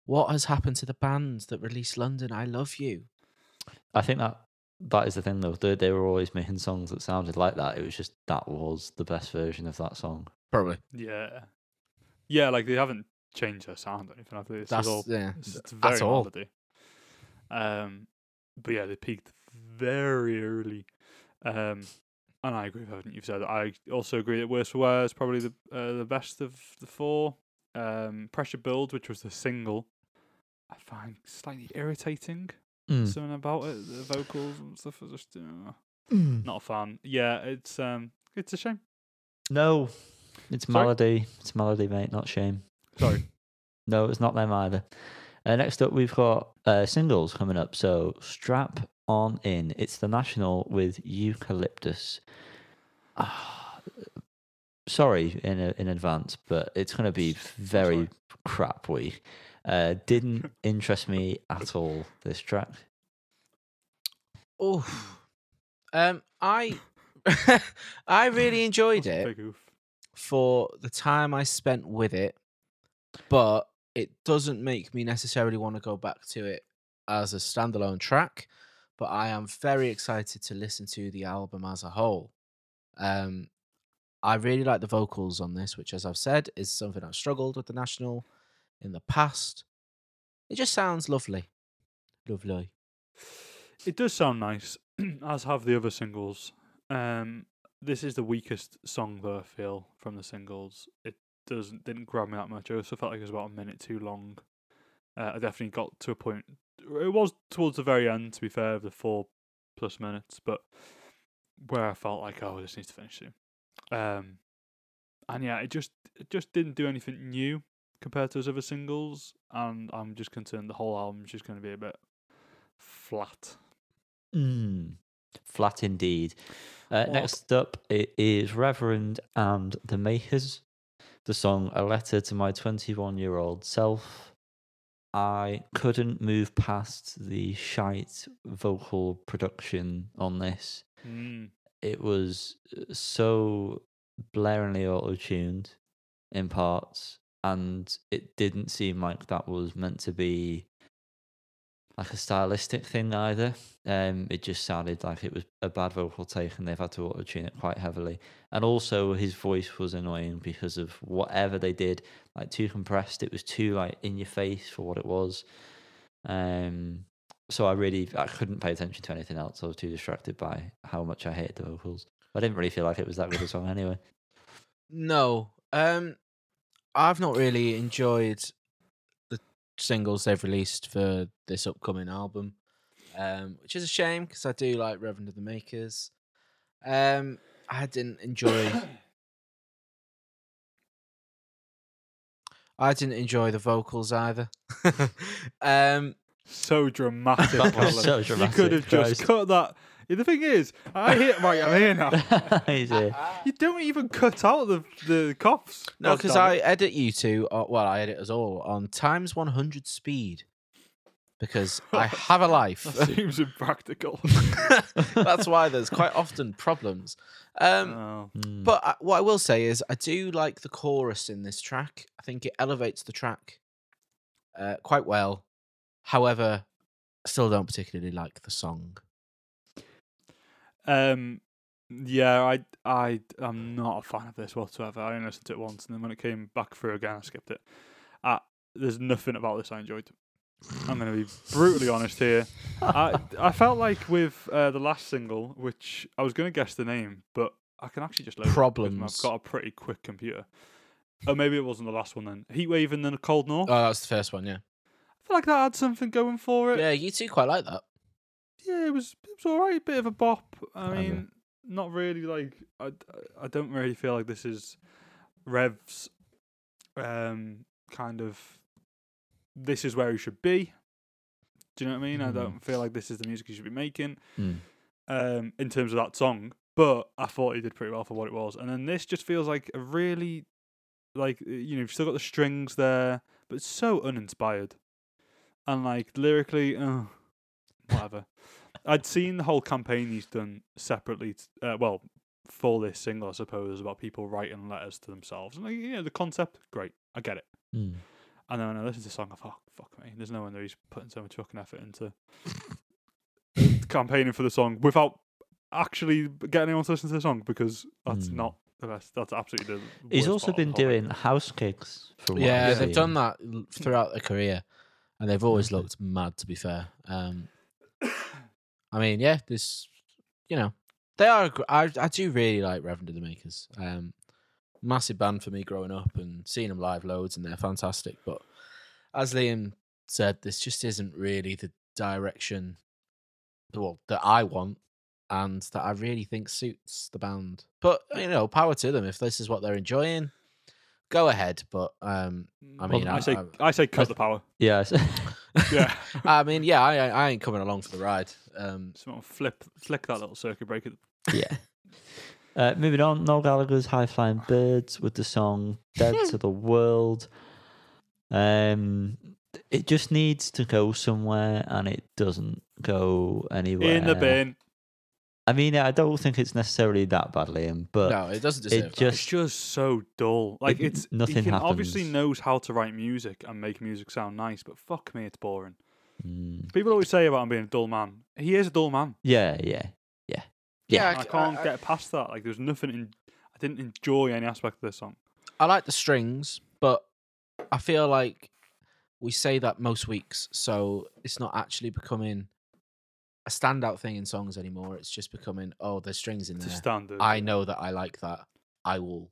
Speaker 1: What has happened to the band that released London? I love you.
Speaker 3: I think that that is the thing though. They, they were always making songs that sounded like that. It was just that was the best version of that song.
Speaker 1: Probably.
Speaker 2: Yeah, yeah. Like they haven't changed their sound or anything. After this
Speaker 1: That's
Speaker 2: is all.
Speaker 1: yeah.
Speaker 2: It's, it's very
Speaker 1: That's all.
Speaker 2: hard to do. Um, but yeah, they peaked very early. Um, and I agree with everything you've said. I also agree that Worse for Wear is probably the uh, the best of the four. Um, Pressure Build, which was the single, I find slightly irritating.
Speaker 1: Hmm.
Speaker 3: Hmm.
Speaker 2: Something about it, the vocals and stuff are just uh, not a fan. Yeah, it's um, it's a shame.
Speaker 3: No, it's
Speaker 2: Sorry?
Speaker 3: melody. It's melody, mate. Not shame.
Speaker 2: Sorry.
Speaker 3: No, it's not them either. Uh, next up, we've got uh, singles coming up. So strap on in. It's the national with eucalyptus. Ah, sorry in uh, in advance, but it's going to be very
Speaker 2: Sorry.
Speaker 3: crap week. Uh, didn't interest me at all. This track.
Speaker 1: Oh. Um, I I really enjoyed
Speaker 2: That's a
Speaker 1: it
Speaker 2: big oof.
Speaker 1: for the time I spent with it, but it doesn't make me necessarily want to go back to it as a standalone track. But I am very excited to listen to the album as a whole. Um, I really like the vocals on this, which, as I've said, is something I've struggled with the national in the past. It just sounds lovely, lovely.
Speaker 2: It does sound nice, as have the other singles. Um, this is the weakest song though I feel from the singles. It doesn't didn't grab me that much. I also felt like it was about a minute too long. Uh, I definitely got to a point. It was towards the very end, to be fair, of the four plus minutes, but where I felt like, oh, this needs to finish soon. Um, and yeah, it just it just didn't do anything new compared to those other singles, and I'm just concerned the whole album's just going to be a bit flat.
Speaker 3: Mm. Flat indeed. Uh,
Speaker 2: Well-
Speaker 3: next up, it is Reverend and the Makers. The song A Letter to My 21 Year Old Self. I couldn't move past the shite vocal production on this.
Speaker 2: Mm.
Speaker 3: It was uh, so blaringly auto tuned in parts, and it didn't seem like that was meant to be like a stylistic thing either. Um, it just sounded like it was a bad vocal take, and they've had to auto tune it quite heavily. And also, his voice was annoying because of whatever they did, like too compressed. It was too like in your face for what it was. Um, so I really I couldn't pay attention to anything else. I was too distracted by how much I hated the vocals. I didn't really feel like it was that good a song anyway.
Speaker 1: No. Um I've not really enjoyed the singles they've released for this upcoming album. Um which is a shame because I do like Reverend of the Makers. Um I didn't enjoy I didn't enjoy the vocals either. um
Speaker 2: So dramatic.
Speaker 3: That was
Speaker 2: Alan.
Speaker 3: so
Speaker 2: You could
Speaker 3: dramatic,
Speaker 2: have just
Speaker 3: Christ.
Speaker 2: cut that. The thing is, I hit right. I'm here now.
Speaker 3: He's here.
Speaker 2: You don't even cut out the the coughs.
Speaker 1: no,
Speaker 2: God
Speaker 1: because
Speaker 2: damn
Speaker 1: I
Speaker 2: it.
Speaker 1: edit you two. Uh, well, I edit us all on times one hundred speed because I have a life.
Speaker 2: that seems impractical.
Speaker 1: That's why there's quite often problems. Um,
Speaker 2: oh.
Speaker 3: Mm.
Speaker 1: but I, what I will say is, I do like the chorus in this track. I think it elevates the track uh, quite well. However, I still don't particularly like the song.
Speaker 2: Um, yeah, I I I'm not a fan of this whatsoever. I only listened to it once, and then when it came back through again, I skipped it. Uh, there's nothing about this I enjoyed. I'm going to be brutally honest here. I I felt like with uh, the last single, which I was going to guess the name, but I can actually just load it with my-
Speaker 1: Problems.
Speaker 2: I've got a pretty quick computer. Oh, maybe it wasn't the last one then. Heatwave and then a cold north.
Speaker 1: Oh, that was the first one, yeah.
Speaker 2: I feel like that had something going for it.
Speaker 1: Yeah, you two quite like that.
Speaker 2: yeah, it was it was all right, bit of a bop. I
Speaker 3: Kinda.
Speaker 2: mean, not really like I, I don't really feel like this is Rev's um kind of this is where he should be. Do you know what I mean? I
Speaker 3: Mm.
Speaker 1: Mm-hmm.
Speaker 2: don't feel like this is the music he should be making
Speaker 3: Mm.
Speaker 2: um in terms of that song, but I thought he did pretty well for what it was. And then this just feels like a really like you know, you've still got the strings there, but it's so uninspired. And like lyrically, oh, whatever. I'd seen the whole campaign he's done separately. t- Uh, well, for this single, I suppose, about people writing letters to themselves. And like, you know, the concept, great, I get it.
Speaker 3: Mm.
Speaker 2: And then when I listened to the song, I thought, oh, fuck me, there's no wonder he's putting so much fucking effort into campaigning for the song without actually getting anyone to listen to the song because that's
Speaker 3: Hmm.
Speaker 2: not the best. That's absolutely the. Worst
Speaker 3: He's also
Speaker 2: part of
Speaker 3: been
Speaker 2: the whole thing.
Speaker 3: doing house kicks for what
Speaker 1: yeah,
Speaker 3: I've
Speaker 1: they've done
Speaker 3: seen.
Speaker 1: that l- throughout their career, and they've
Speaker 3: Mm-hmm.
Speaker 1: always looked mad. To be fair, um, I mean, yeah, this, you know, they are. a gr- I I do really like Reverend of the Makers. Um, massive band for me growing up and seeing them live loads, and they're fantastic. But as Liam said, this just isn't really the direction, well, that I want. And that I really think suits the band, but you know, power to them if this is what they're enjoying. Go ahead, but um, I mean,
Speaker 2: Mm. I,
Speaker 1: I-
Speaker 2: say
Speaker 1: I-
Speaker 2: I, say
Speaker 3: That's-
Speaker 2: cut the power.
Speaker 3: Yeah, so-
Speaker 2: Yeah,
Speaker 1: I mean, yeah, I, I I ain't coming along for the ride. Um,
Speaker 2: someone flip flick that little circuit breaker.
Speaker 3: yeah. Uh, moving on, Noel Gallagher's High Flying Birds with the song Dead to the World. Um, it just needs to go somewhere and it doesn't go anywhere.
Speaker 2: In the bin.
Speaker 3: I mean, I don't think it's necessarily that bad, Liam, but
Speaker 1: no, it doesn't deserve
Speaker 3: it
Speaker 1: that.
Speaker 2: It's
Speaker 3: just.
Speaker 2: just so dull. Like
Speaker 3: It-
Speaker 2: it's
Speaker 3: nothing
Speaker 2: He can obviously
Speaker 3: happens.
Speaker 2: knows how to write music and make music sound nice, but fuck me, it's boring.
Speaker 3: Mm,
Speaker 2: People always say about him being a dull man. He is a dull man.
Speaker 3: yeah, yeah.
Speaker 1: yeah,
Speaker 2: I
Speaker 1: c-
Speaker 2: can't
Speaker 1: I,
Speaker 2: get past that. Like there's nothing. In, I didn't enjoy any aspect of this song.
Speaker 1: I like the strings, but I feel like we say that most weeks, so it's not actually becoming a standout thing in songs anymore. It's just becoming, oh, there's strings in
Speaker 2: It's a
Speaker 1: there.
Speaker 2: standard.
Speaker 1: I know that I like that. I will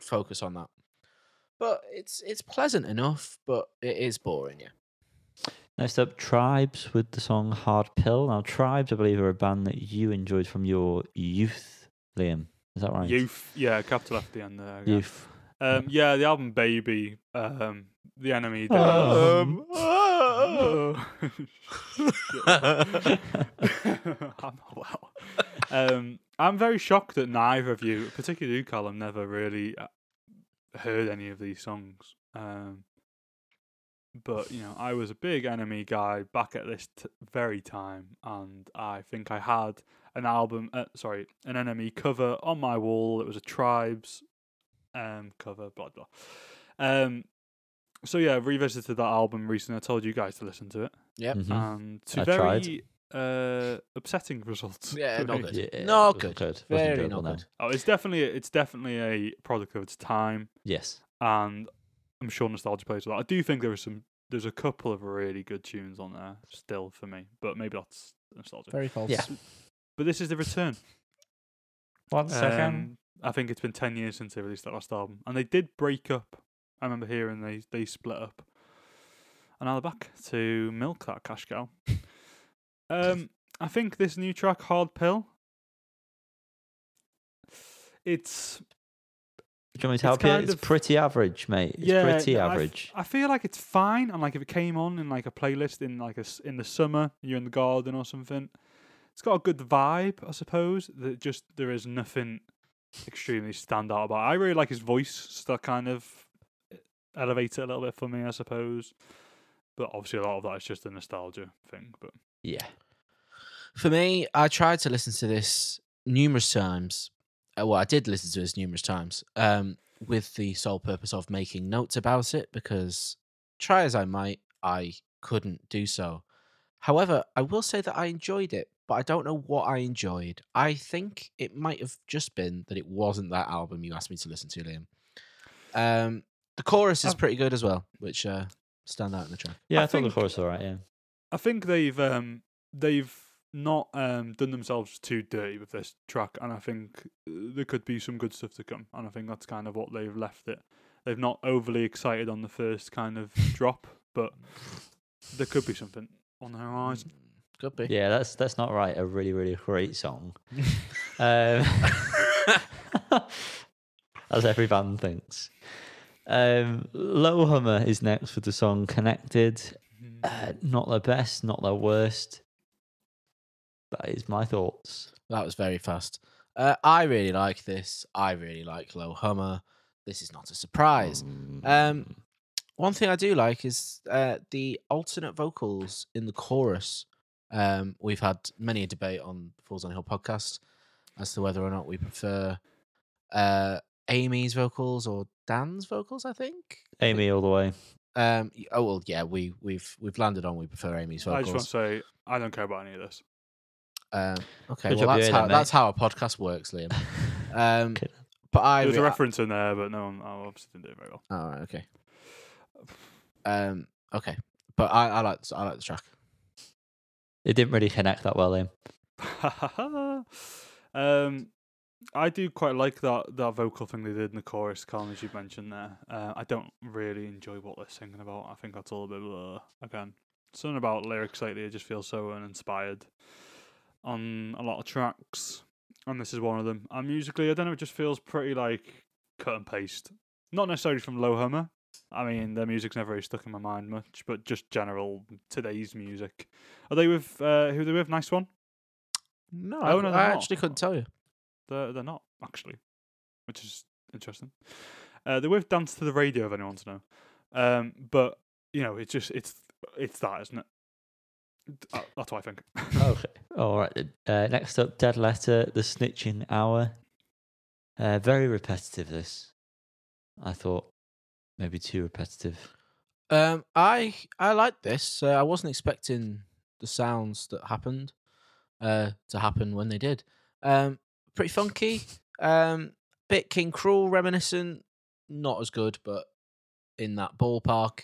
Speaker 1: focus on that. But it's it's pleasant enough, but it is boring. Yeah,
Speaker 3: Next up, Tribes with the song Hard Pill. Now, Tribes, I believe, are a band that you enjoyed from your youth, Liam. Is that right?
Speaker 2: Youth, yeah, capital F at the end there. yeah.
Speaker 3: Youth.
Speaker 2: Um, yeah, the album Baby, um, the enemy.
Speaker 1: Oh.
Speaker 3: Um,
Speaker 2: Um, I'm not well. Um, I'm very shocked that neither of you, particularly you, Callum, never really uh, heard any of these songs. Um, but you know, I was a big enemy guy back at this t- very time, and I think I had an album, uh, sorry, an enemy cover on my wall. It was a Tribes um, cover, blah blah. Um, so yeah, revisited that album recently. I told you guys to listen to it
Speaker 1: yep.
Speaker 3: Mhm.
Speaker 2: and to
Speaker 3: I tried.
Speaker 2: very uh, upsetting results.
Speaker 1: Yeah,
Speaker 2: for
Speaker 1: not
Speaker 2: me.
Speaker 1: good.
Speaker 3: Yeah,
Speaker 1: No
Speaker 3: it wasn't
Speaker 1: good.
Speaker 3: Wasn't
Speaker 1: Very
Speaker 3: enjoyable,
Speaker 1: not
Speaker 3: no.
Speaker 1: good.
Speaker 2: Oh, it's definitely it's definitely a product of its time,
Speaker 3: Yes.
Speaker 2: and I'm sure nostalgia plays with that. I do think there was some there's a couple of really good tunes on there still for me, but maybe that's nostalgia.
Speaker 1: Very false.
Speaker 3: Yeah.
Speaker 2: But this is the return.
Speaker 3: One
Speaker 2: Um, I think it's been ten years since they released that last album, and they did break up. I remember hearing they they split up, and now they're back to milk that cash cow. um, I think this new track, Hard Pill, it's
Speaker 3: Do you want me
Speaker 2: it's
Speaker 3: to help you?
Speaker 2: kind
Speaker 3: It's
Speaker 2: of-
Speaker 3: pretty average, mate. It's
Speaker 2: yeah,
Speaker 3: pretty
Speaker 2: no, I f-
Speaker 3: average.
Speaker 2: I feel like it's fine, and like if it came on in like a playlist in like a s in the summer, you're in the garden or something. It's got a good vibe, I suppose. That just there is nothing extremely standout about. it. I really like his voice, so that kind of e-, elevates it a little bit for me, I suppose. But obviously, a lot of that is just a nostalgia thing. But
Speaker 3: Yeah.
Speaker 1: For me, I tried to listen to this numerous times. Uh, Well, I did listen to this numerous times um, with the sole purpose of making notes about it because try as I might, I couldn't do so. However, I will say that I enjoyed it, but I don't know what I enjoyed. I think it might have just been that it wasn't that album you asked me to listen to, Liam. Um, the chorus is
Speaker 2: Oh.
Speaker 1: pretty good as well, which uh, stand out in the track.
Speaker 3: Yeah, I,
Speaker 2: I
Speaker 3: thought the
Speaker 2: think-
Speaker 3: chorus was all right, yeah.
Speaker 2: I think they've um, they've not um, done themselves too dirty with this track, and I think uh, there could be some good stuff to come. And I think that's kind of what they've left it. They've not overly excited on the first kind of drop, but there could be something on the
Speaker 1: Mm,
Speaker 2: horizon.
Speaker 1: Could be.
Speaker 3: Yeah, that's that's not right. A really, really great song. um, as every band thinks. Um, Low Hummer is next with the song Connected.
Speaker 2: Mm-hmm.
Speaker 3: Uh, not their best, not their worst. That is my thoughts.
Speaker 1: That was very fast. Uh, I really like this. I really like Low Hummer. This is not a surprise.
Speaker 3: Mm.
Speaker 1: Um, One thing I do like is uh, the alternate vocals in the chorus. Um, we've had many a debate on Falls on Hill podcast as to whether or not we prefer uh, Amy's vocals or Dan's vocals. I think.
Speaker 3: Amy all the way.
Speaker 1: Um, y- oh well, yeah. We we've we've landed on we prefer Amy's
Speaker 2: I just want
Speaker 1: vocals.
Speaker 2: to say I don't care about any of this.
Speaker 1: Um, okay,
Speaker 3: Good
Speaker 1: well
Speaker 3: job you
Speaker 1: that's
Speaker 3: heard
Speaker 1: how
Speaker 3: that, mate.
Speaker 1: that's how a podcast works, Liam. Um,
Speaker 3: Okay.
Speaker 1: But I
Speaker 2: There was a
Speaker 1: re-
Speaker 2: reference in there, but no one I obviously didn't do it very well.
Speaker 1: Oh, right, okay. Um, okay, but I, I like I like the track.
Speaker 3: It didn't really connect that well, Liam.
Speaker 2: um, I do quite like that that vocal thing they did in the chorus, Colin, as you mentioned there. Uh, I don't really enjoy what they're singing about. I think that's all a bit blah. Again, something about lyrics lately, I just feel so uninspired on a lot of tracks, and this is one of them. And musically, I don't know, it just feels pretty like cut and paste. Not necessarily from Low Hummer. I mean, their music's never really stuck in my mind much, but just general today's music. Are they with uh, who? Are they with nice one.
Speaker 1: No,
Speaker 2: Oh,
Speaker 1: I,
Speaker 2: no,
Speaker 1: I
Speaker 2: they're not.
Speaker 1: actually couldn't tell you.
Speaker 2: They're they're not actually, which is interesting. Uh, they're with Dance to the Radio, if anyone wants to know. Um, but you know, it's just it's it's that, isn't it? Th- uh, That's what I think.
Speaker 3: Okay. All right. then. Uh, next up, Dead Letter, The Snitching Hour. Uh, very repetitive, this. I thought maybe too repetitive.
Speaker 1: Um, I I like this. Uh, I wasn't expecting the sounds that happened uh, to happen when they did. Um, pretty funky. Um, bit King Cruel reminiscent. Not as good, but in that ballpark.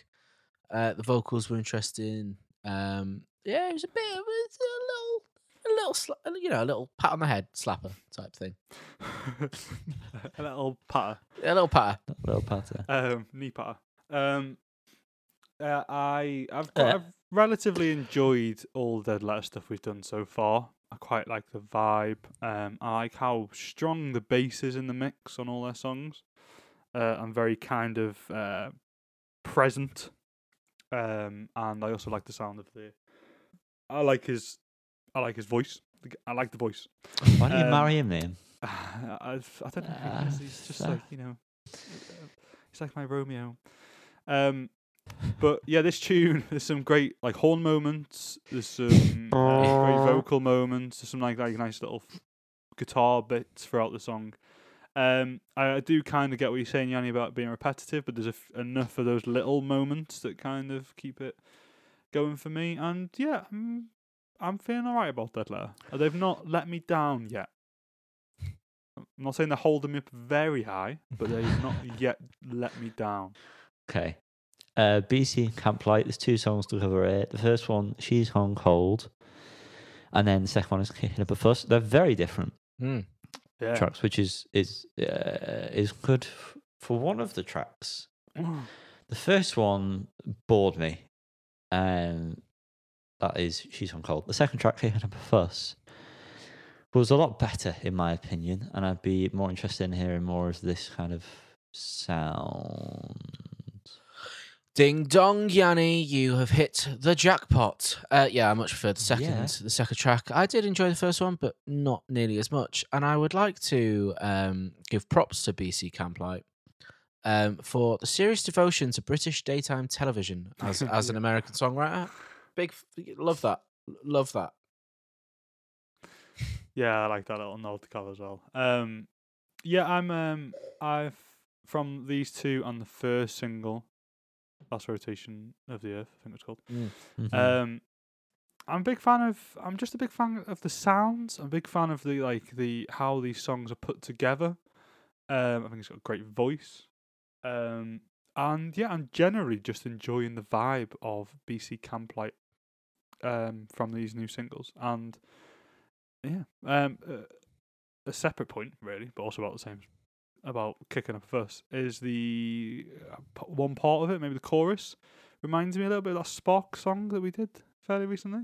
Speaker 1: Uh, the vocals were interesting. Um, yeah, it was a bit of it's a little, a little, sla- you know, a little pat on the head slapper type thing.
Speaker 2: A little patter,
Speaker 1: A little patter.
Speaker 3: That little patter.
Speaker 2: um, knee patter. Um, uh, I I've got,
Speaker 3: Uh.
Speaker 2: I've relatively enjoyed all the Dead Letter stuff we've done so far. I quite like the vibe. Um, I like how strong the bass is in the mix on all their songs. uh, and very kind of uh, present. Um, and I also like the sound of the. I like his. I like his voice. The g- I like the voice.
Speaker 3: Why don't you
Speaker 2: Um,
Speaker 3: marry him, Liam?
Speaker 2: I, I don't know.
Speaker 3: Ah,
Speaker 2: Uh, he's just
Speaker 3: fair.
Speaker 2: like you know. He's like my Romeo. Um, but yeah, this tune. There's some great like horn moments. There's some uh, great vocal moments. There's some like like nice little guitar bits throughout the song. Um, I, I do kind of get what you're saying, Yanni, about it being repetitive, but there's a f- enough of those little moments that kind of keep it going for me. And yeah, I'm, I'm feeling all right about Dead Letter. Uh, They've not let me down yet. I'm not saying they're holding me up very high, but they've not yet let me down.
Speaker 3: Okay. Uh, BC and Camp Light. There's two songs to cover here. The first one, She's Hung Cold. And then the second one is Kicking Up a Fuss. They're very different
Speaker 1: Mm.
Speaker 2: Yeah.
Speaker 3: tracks, which is is uh, is good f- for one of the tracks. The first one bored me. Um, that is She's on Cold. The second track, Kicking Up a Fuss, was a lot better, in my opinion, and I'd be more interested in hearing more of this kind of sound.
Speaker 1: Ding dong, Yanni, you have hit the jackpot. Uh, yeah, I much preferred the second,
Speaker 3: Yeah.
Speaker 1: the second track. I did enjoy the first one, but not nearly as much. And I would like to um, give props to BC Camplight um, for the serious devotion to British daytime television as as an American songwriter. Big f- love that, love that.
Speaker 2: Yeah, I like that little nod to Cal as well. Um, yeah, I'm. Um, I've from these two on the first single, last rotation of the earth, I think it's called.
Speaker 3: Mhm.
Speaker 2: Um, I'm a big fan of. I'm just a big fan of the sounds. I'm a big fan of the like the how these songs are put together. Um, I think it's got a great voice. Um, and yeah, I'm generally just enjoying the vibe of BC Camplight. Um, from these new singles, and yeah, um, uh, a separate point really, but also about the same about kicking up a fuss is the uh, p- one part of it, maybe the chorus, reminds me a little bit of that Spark song that we did fairly recently.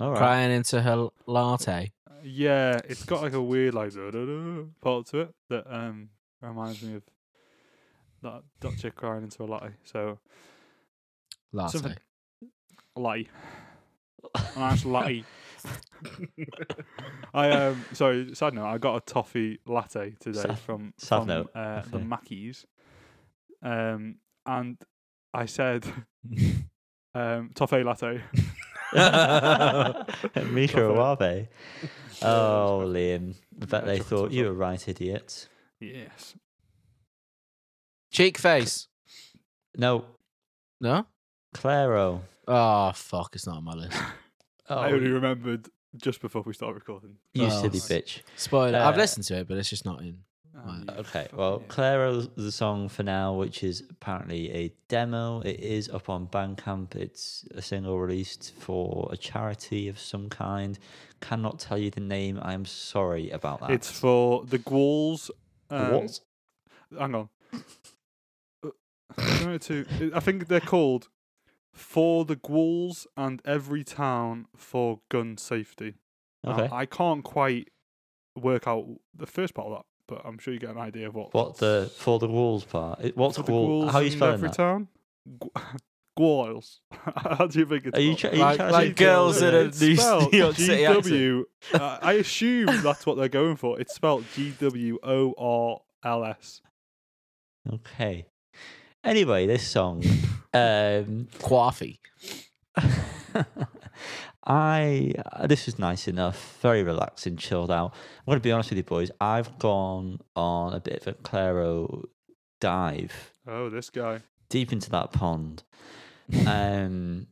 Speaker 3: All right.
Speaker 1: Crying into her latte.
Speaker 2: Uh, yeah, it's got like a weird like da-da-da part to it that um reminds me of that that chick crying into a latte. So
Speaker 1: Latte.
Speaker 2: Something- latte, a nice latte. I um sorry, side note, I got a toffee latte today
Speaker 3: Sad-
Speaker 2: from,
Speaker 3: sad
Speaker 2: from
Speaker 3: note,
Speaker 2: uh, the
Speaker 3: okay.
Speaker 2: Mackeys. Um and I said um toffee latte.
Speaker 3: Mika Awabe. Oh,
Speaker 2: Yeah,
Speaker 3: Liam. I bet
Speaker 2: Yeah,
Speaker 3: they
Speaker 2: chocolate
Speaker 3: thought
Speaker 2: as
Speaker 3: you
Speaker 2: well.
Speaker 3: were right, idiot.
Speaker 2: Yes.
Speaker 1: Cheek face.
Speaker 3: No,
Speaker 1: No.
Speaker 3: Claro.
Speaker 1: Oh fuck! It's not on my list.
Speaker 3: Oh,
Speaker 2: I only remembered just before we start recording.
Speaker 3: You
Speaker 1: Well,
Speaker 3: silly
Speaker 1: s-
Speaker 3: bitch.
Speaker 1: Spoiler. I've
Speaker 3: Uh,
Speaker 1: listened to it, but it's just not in. Right.
Speaker 2: you
Speaker 3: Okay,
Speaker 2: fucking
Speaker 3: well,
Speaker 2: idiot.
Speaker 3: Clara's the song for now, which is apparently a demo. It is up on Bandcamp. It's a single released for a charity of some kind. Cannot tell you the name. I'm sorry about that.
Speaker 2: it's for the Gwals. Um,
Speaker 3: what?
Speaker 2: Hang on. Uh, I don't know too- I think they're called For the Gwals and Every Town for Gun Safety. Now,
Speaker 3: Okay.
Speaker 2: uh, I can't quite work out the first part of that, but I'm sure you get an idea of what.
Speaker 3: What the for the walls part? It- What's
Speaker 2: For the
Speaker 3: wall?
Speaker 2: Gwals
Speaker 3: How are you
Speaker 2: and
Speaker 3: spelling
Speaker 2: every
Speaker 3: that?
Speaker 2: Town? Gw- Gwals. How do you think it's
Speaker 3: Are you,
Speaker 2: spelled?
Speaker 3: tra- are
Speaker 1: Like-
Speaker 3: you trying
Speaker 1: like
Speaker 3: to say
Speaker 1: girls in
Speaker 3: Gwals?
Speaker 1: a
Speaker 2: It's
Speaker 1: New-
Speaker 2: spelled
Speaker 1: New York City accent.
Speaker 2: GW. Uh, I assume that's what they're going for. It's spelled G W O R L S.
Speaker 3: Okay. Anyway, this song.
Speaker 1: Uh,
Speaker 3: um,
Speaker 1: Quaffy.
Speaker 3: I uh, this is nice enough, very relaxing, chilled out. I'm gonna be honest with you boys. I've gone on a bit of a Claro dive
Speaker 2: Oh, this guy.
Speaker 3: deep into that pond. Um,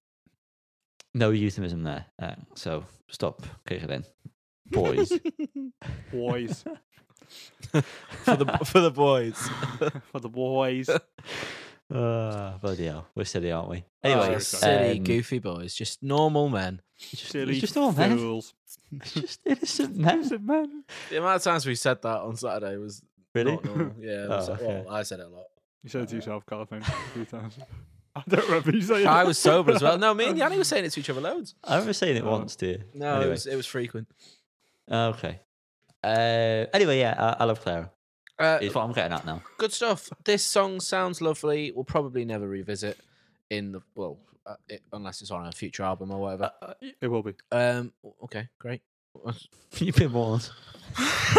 Speaker 3: no euphemism there, uh, so stop kicking in, boys.
Speaker 2: Boys.
Speaker 1: for the for the boys.
Speaker 2: for the boys.
Speaker 3: Uh, bloody hell, we're silly, aren't we?
Speaker 1: Anyway,
Speaker 2: Oh,
Speaker 3: Anyway,
Speaker 1: Ah, silly,
Speaker 3: um,
Speaker 1: goofy boys, just normal men.
Speaker 3: just,
Speaker 2: Silly
Speaker 3: it's just all men.
Speaker 2: fools.
Speaker 3: It's just innocent men,
Speaker 2: Innocent men.
Speaker 1: The amount of times we said that on Saturday was
Speaker 3: really.
Speaker 1: not normal. Yeah, it was-
Speaker 3: Oh, okay.
Speaker 1: well, I said it a lot.
Speaker 2: You said it to yourself, Carl, I think, a few times. I don't remember you saying
Speaker 1: I
Speaker 2: it.
Speaker 1: was sober as well. No, me and Yanni were saying it to each other loads.
Speaker 3: I remember saying it
Speaker 2: Oh.
Speaker 3: once, dear.
Speaker 1: No,
Speaker 3: Anyway. Oh,
Speaker 1: it was it was frequent.
Speaker 3: Okay. Uh, anyway, yeah, I, I love Clara.
Speaker 1: Uh,
Speaker 3: Is what I'm getting at now.
Speaker 1: good stuff. This song sounds lovely. We'll probably never revisit in the well, uh, it, unless it's on a future album or whatever.
Speaker 2: It will be.
Speaker 1: Um, okay, great.
Speaker 3: You've been warned.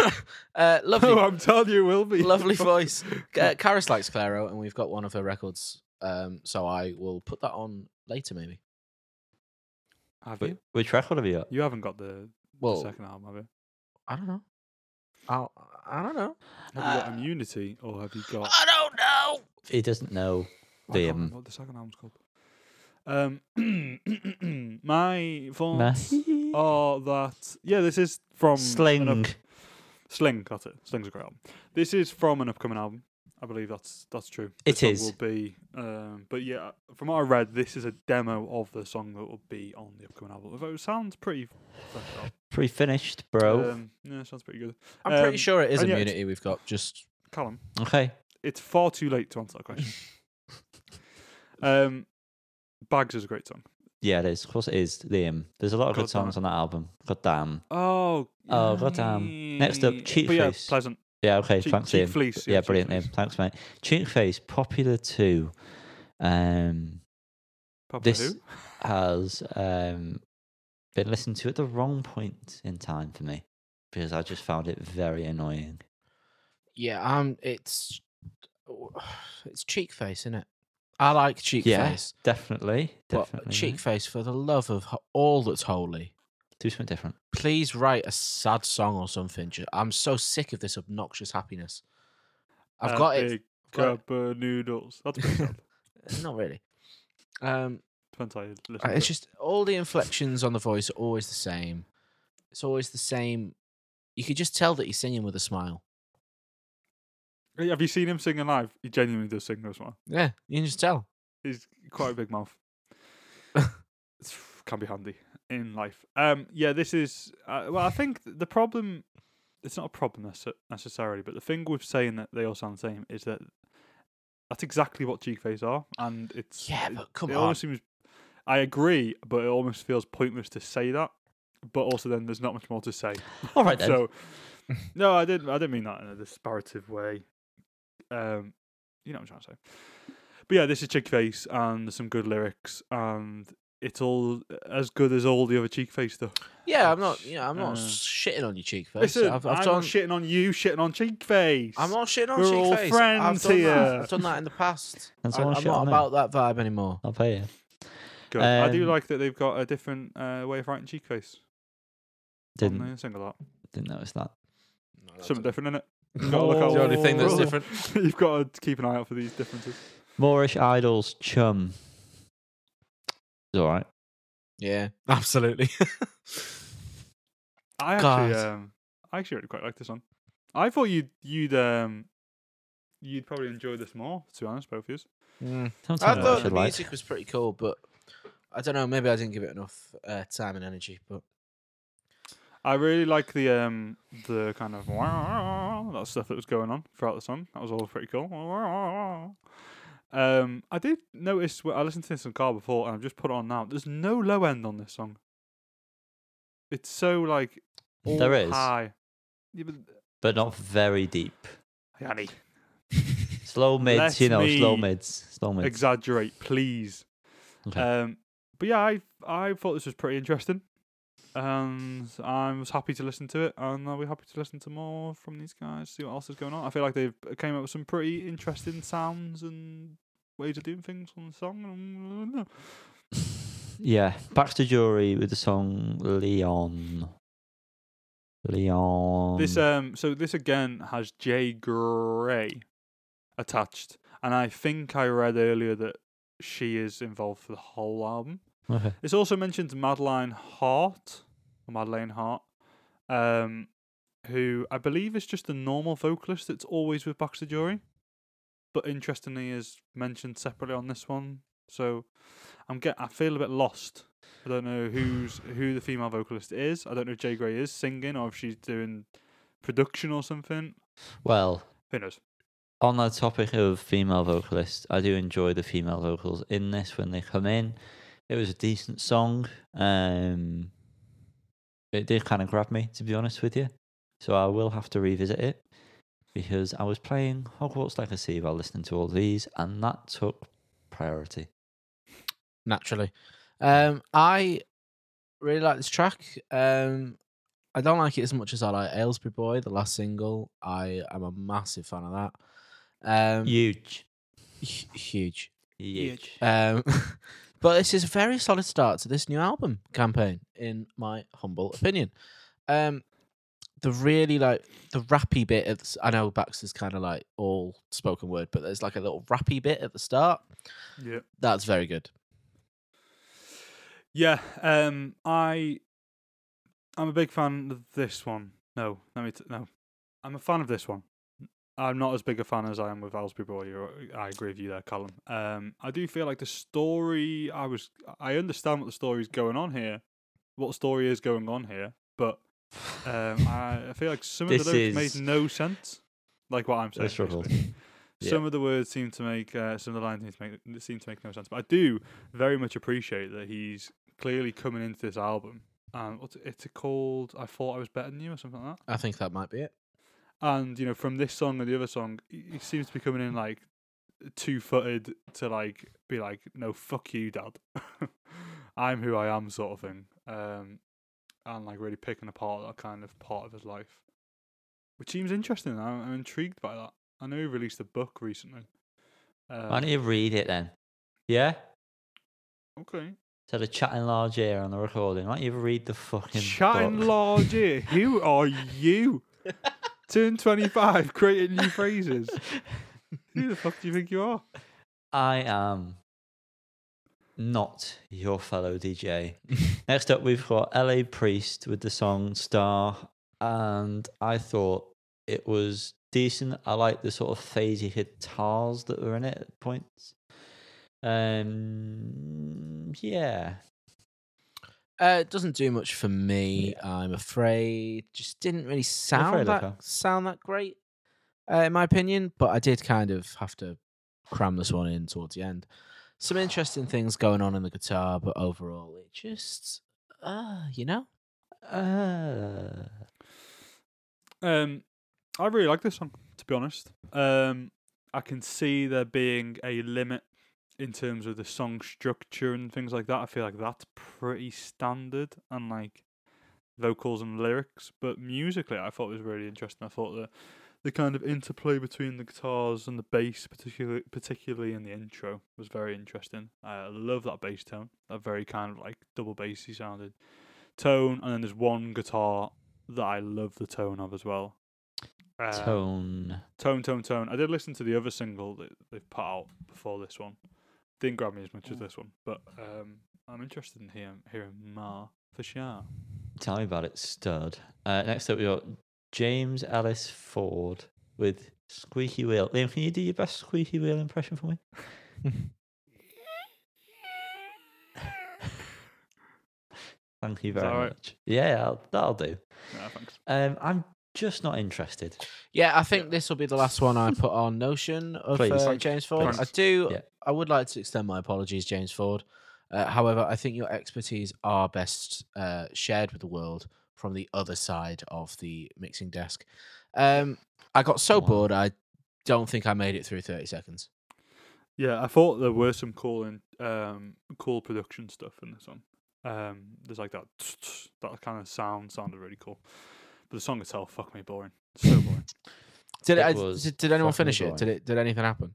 Speaker 1: uh,
Speaker 2: Oh,
Speaker 1: lovely,
Speaker 2: I'm telling you, it will be.
Speaker 1: lovely voice. Uh, Karis likes Claro, and we've got one of her records. Um, so I will put that on later, maybe.
Speaker 2: Have
Speaker 3: Wait,
Speaker 2: you?
Speaker 3: Which record have you got?
Speaker 2: You haven't got the, the
Speaker 1: Well,
Speaker 2: second album, have you?
Speaker 1: I don't know. I'll, I don't know.
Speaker 2: Have you got
Speaker 3: Uh,
Speaker 2: Immunity or have you got.
Speaker 1: I don't know.
Speaker 3: He doesn't know.
Speaker 2: I can't
Speaker 3: the,
Speaker 2: remember
Speaker 3: um,
Speaker 2: what the second album's called. Um, my
Speaker 3: Oh,
Speaker 2: thoughts are that yeah, this is from an up-
Speaker 3: Sling.
Speaker 2: Sling, got it. Sling's a great album. This is from an upcoming album. I believe that's that's true.
Speaker 3: It
Speaker 2: This song
Speaker 3: is.
Speaker 2: Will be, um, but yeah, from what I read, this is a demo of the song that will be on the upcoming album. Although it sounds pretty fleshed out.
Speaker 3: Pre-finished, bro.
Speaker 2: Um, yeah, it sounds pretty good.
Speaker 1: I'm pretty
Speaker 2: Um,
Speaker 1: sure it is
Speaker 2: and yeah,
Speaker 1: immunity we've got. Just
Speaker 2: Callum,
Speaker 3: okay.
Speaker 2: it's far too late to answer that question. um, Bags is a great song.
Speaker 3: Yeah, it is. Of course, it is. Liam. There's a lot of
Speaker 2: God
Speaker 3: good songs on that album. God damn.
Speaker 2: Oh,
Speaker 3: Oh, goddamn. Next up,
Speaker 2: yeah.
Speaker 3: Cheat
Speaker 2: but yeah,
Speaker 3: Face.
Speaker 2: pleasant.
Speaker 3: Yeah. Okay.
Speaker 2: Cheap-
Speaker 3: thanks,
Speaker 2: cheap
Speaker 3: Liam.
Speaker 2: fleece.
Speaker 3: yeah,
Speaker 2: Yeah, cheap
Speaker 3: brilliant,
Speaker 2: fleece.
Speaker 3: Liam. Thanks, mate. Cheat face, popular too. Um,
Speaker 2: Papa
Speaker 3: this-
Speaker 2: Who?
Speaker 3: has um, been listened to at the wrong point in time for me because I just found it very annoying.
Speaker 1: yeah, um, it's it's cheek face, isn't it? I like cheek
Speaker 3: Yeah,
Speaker 1: face,
Speaker 3: Definitely,
Speaker 1: but
Speaker 3: definitely.
Speaker 1: cheek face for the love of ho- all that's holy.
Speaker 3: Do something different.
Speaker 1: Please write a sad song or something. Ju- I'm so sick of this obnoxious happiness. I've
Speaker 2: Uh,
Speaker 1: got it.
Speaker 2: Big
Speaker 1: got it.
Speaker 2: cup of noodles. That's pretty sad.
Speaker 1: Uh, Not really. Um,
Speaker 2: Depends how you listen.
Speaker 1: Uh,
Speaker 2: to
Speaker 1: It's
Speaker 2: it.
Speaker 1: just all the inflections on the voice are always the same. It's always the same. You could just tell that he's singing with a smile.
Speaker 2: Hey, Have you seen him singing live? He genuinely does sing this one.
Speaker 1: Yeah, you can just tell.
Speaker 2: He's quite a big mouth. It's f- can be handy in life. Um, yeah, this is. Uh, well, I think th- the problem. It's not a problem nece- necessarily, but the thing with saying that they all sound the same is that that's exactly what Cheekface are, and it's
Speaker 1: Yeah,
Speaker 2: it-
Speaker 1: but come
Speaker 2: it
Speaker 1: on.
Speaker 2: almost seems. I agree, but it almost feels pointless to say that. But also, then there's not much more to say.
Speaker 3: All right then.
Speaker 2: So, no, I didn't. I didn't mean that in a disparative way. Um, you know what I'm trying to say. But yeah, this is Cheek Face, and there's some good lyrics, and it's all as good as all the other Cheek Face stuff.
Speaker 1: Yeah, I'm not. You know, I'm not
Speaker 2: Uh,
Speaker 1: shitting on your cheek face.
Speaker 2: Listen,
Speaker 1: I've, I've
Speaker 2: I'm
Speaker 1: done.
Speaker 2: not shitting on you, shitting on Cheek Face.
Speaker 1: I'm not shitting on
Speaker 2: We're
Speaker 1: cheek
Speaker 2: all
Speaker 1: face. I've
Speaker 2: friends
Speaker 1: done That.
Speaker 2: here.
Speaker 1: I've done that in the past.
Speaker 3: And
Speaker 1: I,
Speaker 3: someone
Speaker 1: I'm
Speaker 3: shit
Speaker 1: not
Speaker 3: on me.
Speaker 1: about that vibe anymore.
Speaker 3: I'll pay you.
Speaker 2: good. I do
Speaker 3: um,
Speaker 2: like that they've got a different uh, way of writing Cheek Face.
Speaker 3: Didn't
Speaker 2: on the single art.
Speaker 3: didn't notice that.
Speaker 2: Something different in it.
Speaker 3: Oh. The only thing that's
Speaker 2: You've got to keep an eye out for these differences.
Speaker 3: Moorish idols, chum. It's all right.
Speaker 1: Yeah, absolutely.
Speaker 2: I
Speaker 1: God.
Speaker 2: actually, um, I actually really quite like this one. I thought you'd you'd um, you'd probably enjoy this more. To be honest, both of you.
Speaker 3: Don't
Speaker 1: I
Speaker 3: tell me what I
Speaker 1: thought the
Speaker 3: should like.
Speaker 1: music was pretty cool, but I don't know. Maybe I didn't give it enough uh, time and energy. But
Speaker 2: I really like the um the kind of that stuff that was going on throughout the song. That was all pretty cool. Um, I did notice when I listened to this in the car before, and I've just put it on now. There's no low end on this song. It's so like all
Speaker 3: There is,
Speaker 2: high. Yeah, but
Speaker 3: but not very deep.
Speaker 2: Yanni,
Speaker 3: Slow mids,
Speaker 2: Let
Speaker 3: you know, slow
Speaker 2: me
Speaker 3: mids, slow mids.
Speaker 2: exaggerate, please.
Speaker 3: Okay.
Speaker 2: Um, but yeah, I I thought this was pretty interesting, and I was happy to listen to it, and I'll be happy to listen to more from these guys. See what else is going on. I feel like they've came up with some pretty interesting sounds and ways of doing things on the song. and I dunno.
Speaker 3: yeah, Baxter Jury with the song Leon. Leon.
Speaker 2: This um, so this again has Jay Gray attached, and I think I read earlier that she is involved for the whole album.
Speaker 3: okay.
Speaker 2: It's also mentioned Madeline Hart, or Madeleine Hart, um, who I believe is just a normal vocalist that's always with Baxter Jury, but interestingly is mentioned separately on this one. So I'm get I feel a bit lost. I don't know who's who the female vocalist is. I don't know if Jay Gray is singing or if she's doing production or something.
Speaker 3: Well,
Speaker 2: Who knows?
Speaker 3: on the topic of female vocalists, I do enjoy the female vocals in this when they come in. It was a decent song. Um, it did kind of grab me, to be honest with you. So I will have to revisit it because I was playing Hogwarts Legacy while listening to all these, and that took priority.
Speaker 1: naturally, um, I really like this track. Um, I don't like it as much as I like Aylesbury Boy, the last single. I am a massive fan of that. Um,
Speaker 3: Huge.
Speaker 1: hu- huge.
Speaker 3: Huge.
Speaker 1: Um, but this is a very solid start to this new album campaign, in my humble opinion. Um, the really like the rappy bit of this, I know Baxter's kind of like all spoken word, but there's like a little rappy bit at the start.
Speaker 2: Yeah.
Speaker 1: That's very good.
Speaker 2: Yeah, um, I, I'm a big fan of this one. No, let me t- no, I'm a fan of this one. I'm not as big a fan as I am with Aylesbury Boy. You're, I agree with you there, Callum. Um, I do feel like the story. I was, I understand what the story is going on here, what story is going on here, but um, I, I feel like some of
Speaker 3: This
Speaker 2: the lyrics
Speaker 3: is-
Speaker 2: made no sense. Like what I'm
Speaker 3: I
Speaker 2: saying.
Speaker 3: struggled.
Speaker 2: basically.
Speaker 3: Yeah.
Speaker 2: Some of the words seem to make uh, some of the lines seem to make seem to make no sense. But I do very much appreciate that he's clearly coming into this album. And what's it, it's called? I thought I was better than you or something like that.
Speaker 1: I think that might be it.
Speaker 2: And you know, from this song and the other song, he he seems to be coming in like two footed to like be like, no, fuck you, dad. I'm who I am, sort of thing. Um, and like really picking apart that kind of part of his life, which seems interesting. I'm, I'm intrigued by that. I know he released a book recently. Um,
Speaker 3: Why don't you read it then? Yeah?
Speaker 2: Okay.
Speaker 3: Instead of chatting large here on the recording, why don't you read the fucking
Speaker 2: Chatting
Speaker 3: book?
Speaker 2: large here. Who are you? Turn 25, creating new phrases. Who the fuck do you think you are?
Speaker 3: I am not your fellow DJ. Next up, we've got LA Priest with the song Star, and I thought it was decent. I like the sort of phasey guitars that were in it at points. Um, yeah,
Speaker 1: Uh, it doesn't do much for me, I'm afraid. Just didn't really
Speaker 3: afraid,
Speaker 1: sound that
Speaker 3: okay.
Speaker 1: sound that great, uh, in my opinion. But I did kind of have to cram this one in towards the end. Some interesting things going on in the guitar, but overall, it just, uh, you know,
Speaker 3: uh,
Speaker 2: Um, I really like this song, to be honest. Um, I can see there being a limit in terms of the song structure and things like that. I feel like that's pretty standard and like vocals and lyrics, but musically, I thought it was really interesting. I thought the the kind of interplay between the guitars and the bass, particularly particularly in the intro, was very interesting. I love that bass tone, that very kind of like double bassy sounded tone, and then there's one guitar that I love the tone of as well. Uh,
Speaker 3: tone.
Speaker 2: Tone, tone, tone. I did listen to the other single that they've put out before this one. Didn't grab me as much as this one, but um, I'm interested in hearing, hearing Ma for sure.
Speaker 3: Tell me about it, stud. Uh, next up, we got James Ellis Ford with Squeaky Wheel. Liam, can you do your best Squeaky Wheel impression for me? Thank you
Speaker 2: that
Speaker 3: very
Speaker 2: alright?
Speaker 3: much. Yeah, I'll, that'll do.
Speaker 2: No, thanks.
Speaker 3: Um, I'm just not interested.
Speaker 1: Yeah, I think this will be the last one I put on Notion of
Speaker 3: Please.
Speaker 1: uh,
Speaker 2: Thanks.
Speaker 1: James Ford. I
Speaker 2: Thanks.
Speaker 1: do.
Speaker 3: Yeah.
Speaker 1: I would like to extend my apologies, James Ford. Uh, however, I think your expertise are best uh, shared with the world from the other side of the mixing desk. Um, I got so
Speaker 3: Wow.
Speaker 1: bored, I don't think I made it through thirty seconds.
Speaker 2: Yeah, I thought there were some cool in, um cool production stuff in the song. Um, there's like that that kind of sound sounded really cool, but the song itself, fuck me, boring, so boring.
Speaker 1: Did
Speaker 3: It
Speaker 1: it, I,
Speaker 3: was
Speaker 1: did, did anyone
Speaker 3: fucking
Speaker 1: finish
Speaker 3: boring.
Speaker 1: it? Did it? Did anything happen?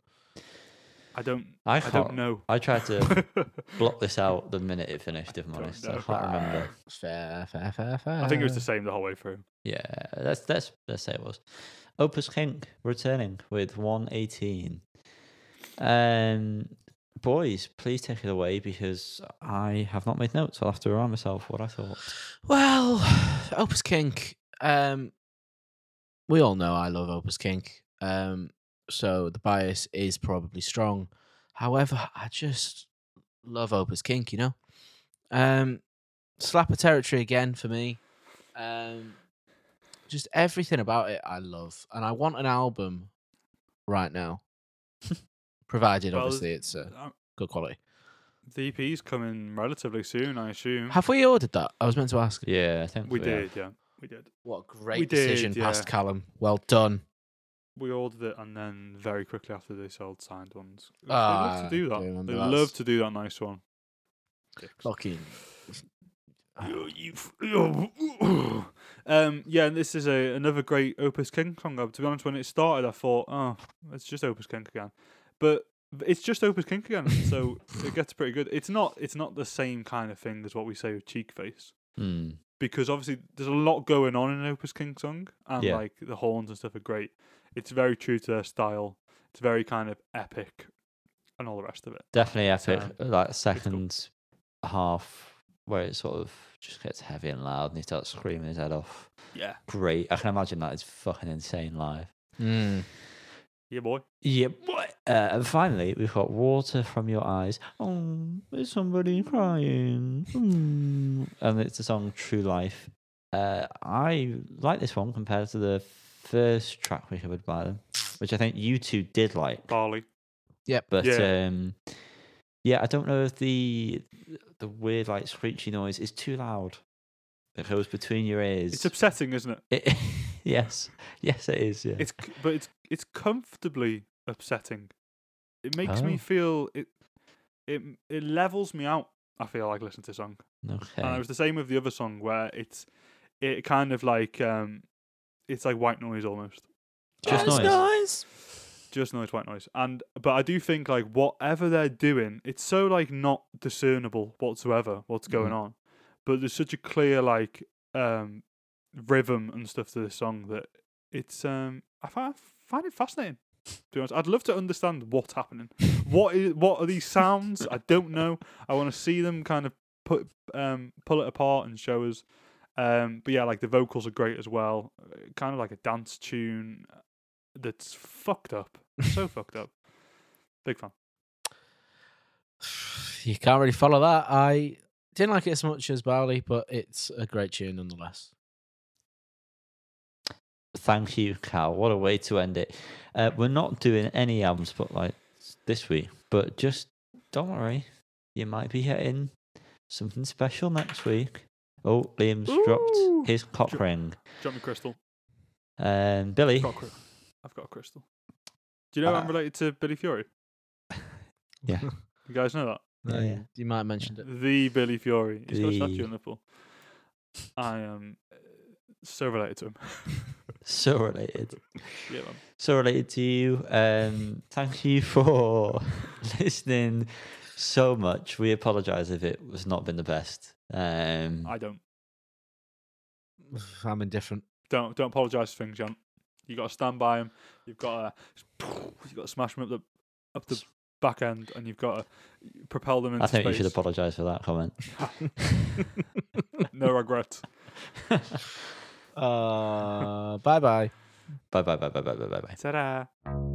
Speaker 2: I don't,
Speaker 3: I,
Speaker 2: I,
Speaker 3: can't,
Speaker 2: don't know.
Speaker 3: I tried to block this out the minute it finished, if I'm
Speaker 2: Don't
Speaker 3: honest. I
Speaker 2: know.
Speaker 3: can't remember.
Speaker 1: Fair, fair, fair, fair.
Speaker 2: I think it was the same the whole way through.
Speaker 3: Yeah, that's that's let's say it was. Opus Kink returning with 118. Um, boys, please take it away because I have not made notes. I'll have to remind myself what I thought.
Speaker 1: Well, Opus Kink. Um, we all know I love Opus Kink. Um, so the bias is probably strong. However, I just love Opus Kink. You know, um, slapper territory again for me. Um, just everything about it I love, and I want an album right now. Provided,
Speaker 2: Well,
Speaker 1: obviously, it's uh,
Speaker 2: Uh,
Speaker 1: good quality.
Speaker 2: The EP's coming relatively soon, I assume.
Speaker 1: Have we ordered that? I was meant to ask.
Speaker 3: Yeah, I think
Speaker 2: we
Speaker 3: we have.
Speaker 2: did, yeah, we did.
Speaker 1: What a great
Speaker 2: We did,
Speaker 1: decision,
Speaker 2: yeah.
Speaker 1: past Callum. Well done.
Speaker 2: We ordered it, and then very quickly after they sold signed ones. They
Speaker 1: Ah,
Speaker 2: love to do
Speaker 1: I
Speaker 2: that.
Speaker 1: remember
Speaker 2: They
Speaker 1: that.
Speaker 2: love to do that nice one. Dicks.
Speaker 1: Fucking.
Speaker 2: You- you f- you- um, yeah, and this is a, another great Opus King song. uh, To be honest, when it started, I thought, oh, it's just Opus King again, but it's just Opus King again, so it gets pretty good. It's not, it's not the same kind of thing as what we say with Cheek Face,
Speaker 3: Hmm.
Speaker 2: because obviously there's a lot going on in an Opus King song, and
Speaker 3: Yeah.
Speaker 2: like the horns and stuff are great. It's very true to their style. It's very kind of epic, and all the rest of it.
Speaker 3: Definitely epic.
Speaker 2: So,
Speaker 3: that second half where it sort of just gets heavy and loud and he starts screaming his head off.
Speaker 2: Yeah,
Speaker 3: Great. I can imagine that is fucking insane live.
Speaker 1: Mm.
Speaker 2: yeah, boy.
Speaker 3: Yeah. boy. Uh, and finally, we've got water from your eyes. Oh, is somebody crying? Mm. And it's the song True Life. Uh, I like this one compared to the first track we covered by them, which I think you two did like.
Speaker 2: Barley.
Speaker 3: But
Speaker 2: Oh, Yeah.
Speaker 3: um, yeah, I don't know if the the weird like screechy noise is too loud. It goes between your ears.
Speaker 2: It's upsetting, isn't it?
Speaker 3: It- yes, yes, it is. Yeah.
Speaker 2: It's c- but it's it's comfortably upsetting. It makes me
Speaker 3: Oh.
Speaker 2: feel it it it levels me out. I feel like listening to the song,
Speaker 3: okay.
Speaker 2: and it was the same with the other song where it's it kind of like um it's like white noise almost.
Speaker 3: Just
Speaker 2: Um,
Speaker 3: noise.
Speaker 2: Just noise, white noise, and but I do think like whatever they're doing, it's so like not discernible whatsoever what's going
Speaker 3: Mhm.
Speaker 2: on, but there's such a clear like um rhythm and stuff to the song that it's um I find, find it fascinating. To be honest, I'd love to understand what's happening. What is what are these sounds? I don't know. I want to see them kind of put um pull it apart and show us. Um, but yeah, like the vocals are great as well. Uh, Kind of like a dance tune that's fucked up. So fucked up. Big fan.
Speaker 1: You can't really follow that. I didn't like it as much as Barley, but it's a great tune nonetheless.
Speaker 3: Thank you, Cal. What a way to end it. Uh, we're not doing any album spotlights this week, but just don't worry. You might be getting something special next week. Oh, Liam's
Speaker 2: Ooh.
Speaker 3: dropped his cock
Speaker 2: Dro-
Speaker 3: ring.
Speaker 2: Drop me crystal.
Speaker 3: Um, Billy,
Speaker 2: I've got a, cry- I've got a crystal. Do you know I'm
Speaker 3: Uh,
Speaker 2: related to Billy Fury?
Speaker 3: Yeah.
Speaker 2: You guys know that?
Speaker 1: No,
Speaker 3: Yeah,
Speaker 1: you-
Speaker 3: yeah.
Speaker 1: You might have mentioned it.
Speaker 2: The Billy Fury. He's got a
Speaker 3: The-
Speaker 2: statue in Liverpool. I am uh, so related to him.
Speaker 3: so related.
Speaker 2: yeah, man.
Speaker 3: so related to you. Um, thank you for listening so much. We apologize if it was not been the best. Um,
Speaker 2: I don't.
Speaker 1: I'm indifferent.
Speaker 2: Don't don't apologise for things, John. You got to stand by him. You've got to you got to smash him up the up the back end, and you've got to propel them into
Speaker 3: I think you
Speaker 2: space.
Speaker 3: should apologize for that comment.
Speaker 2: no regrets.
Speaker 5: Uh, bye bye.
Speaker 1: Uh, bye bye bye bye bye bye bye.
Speaker 3: Ta-da.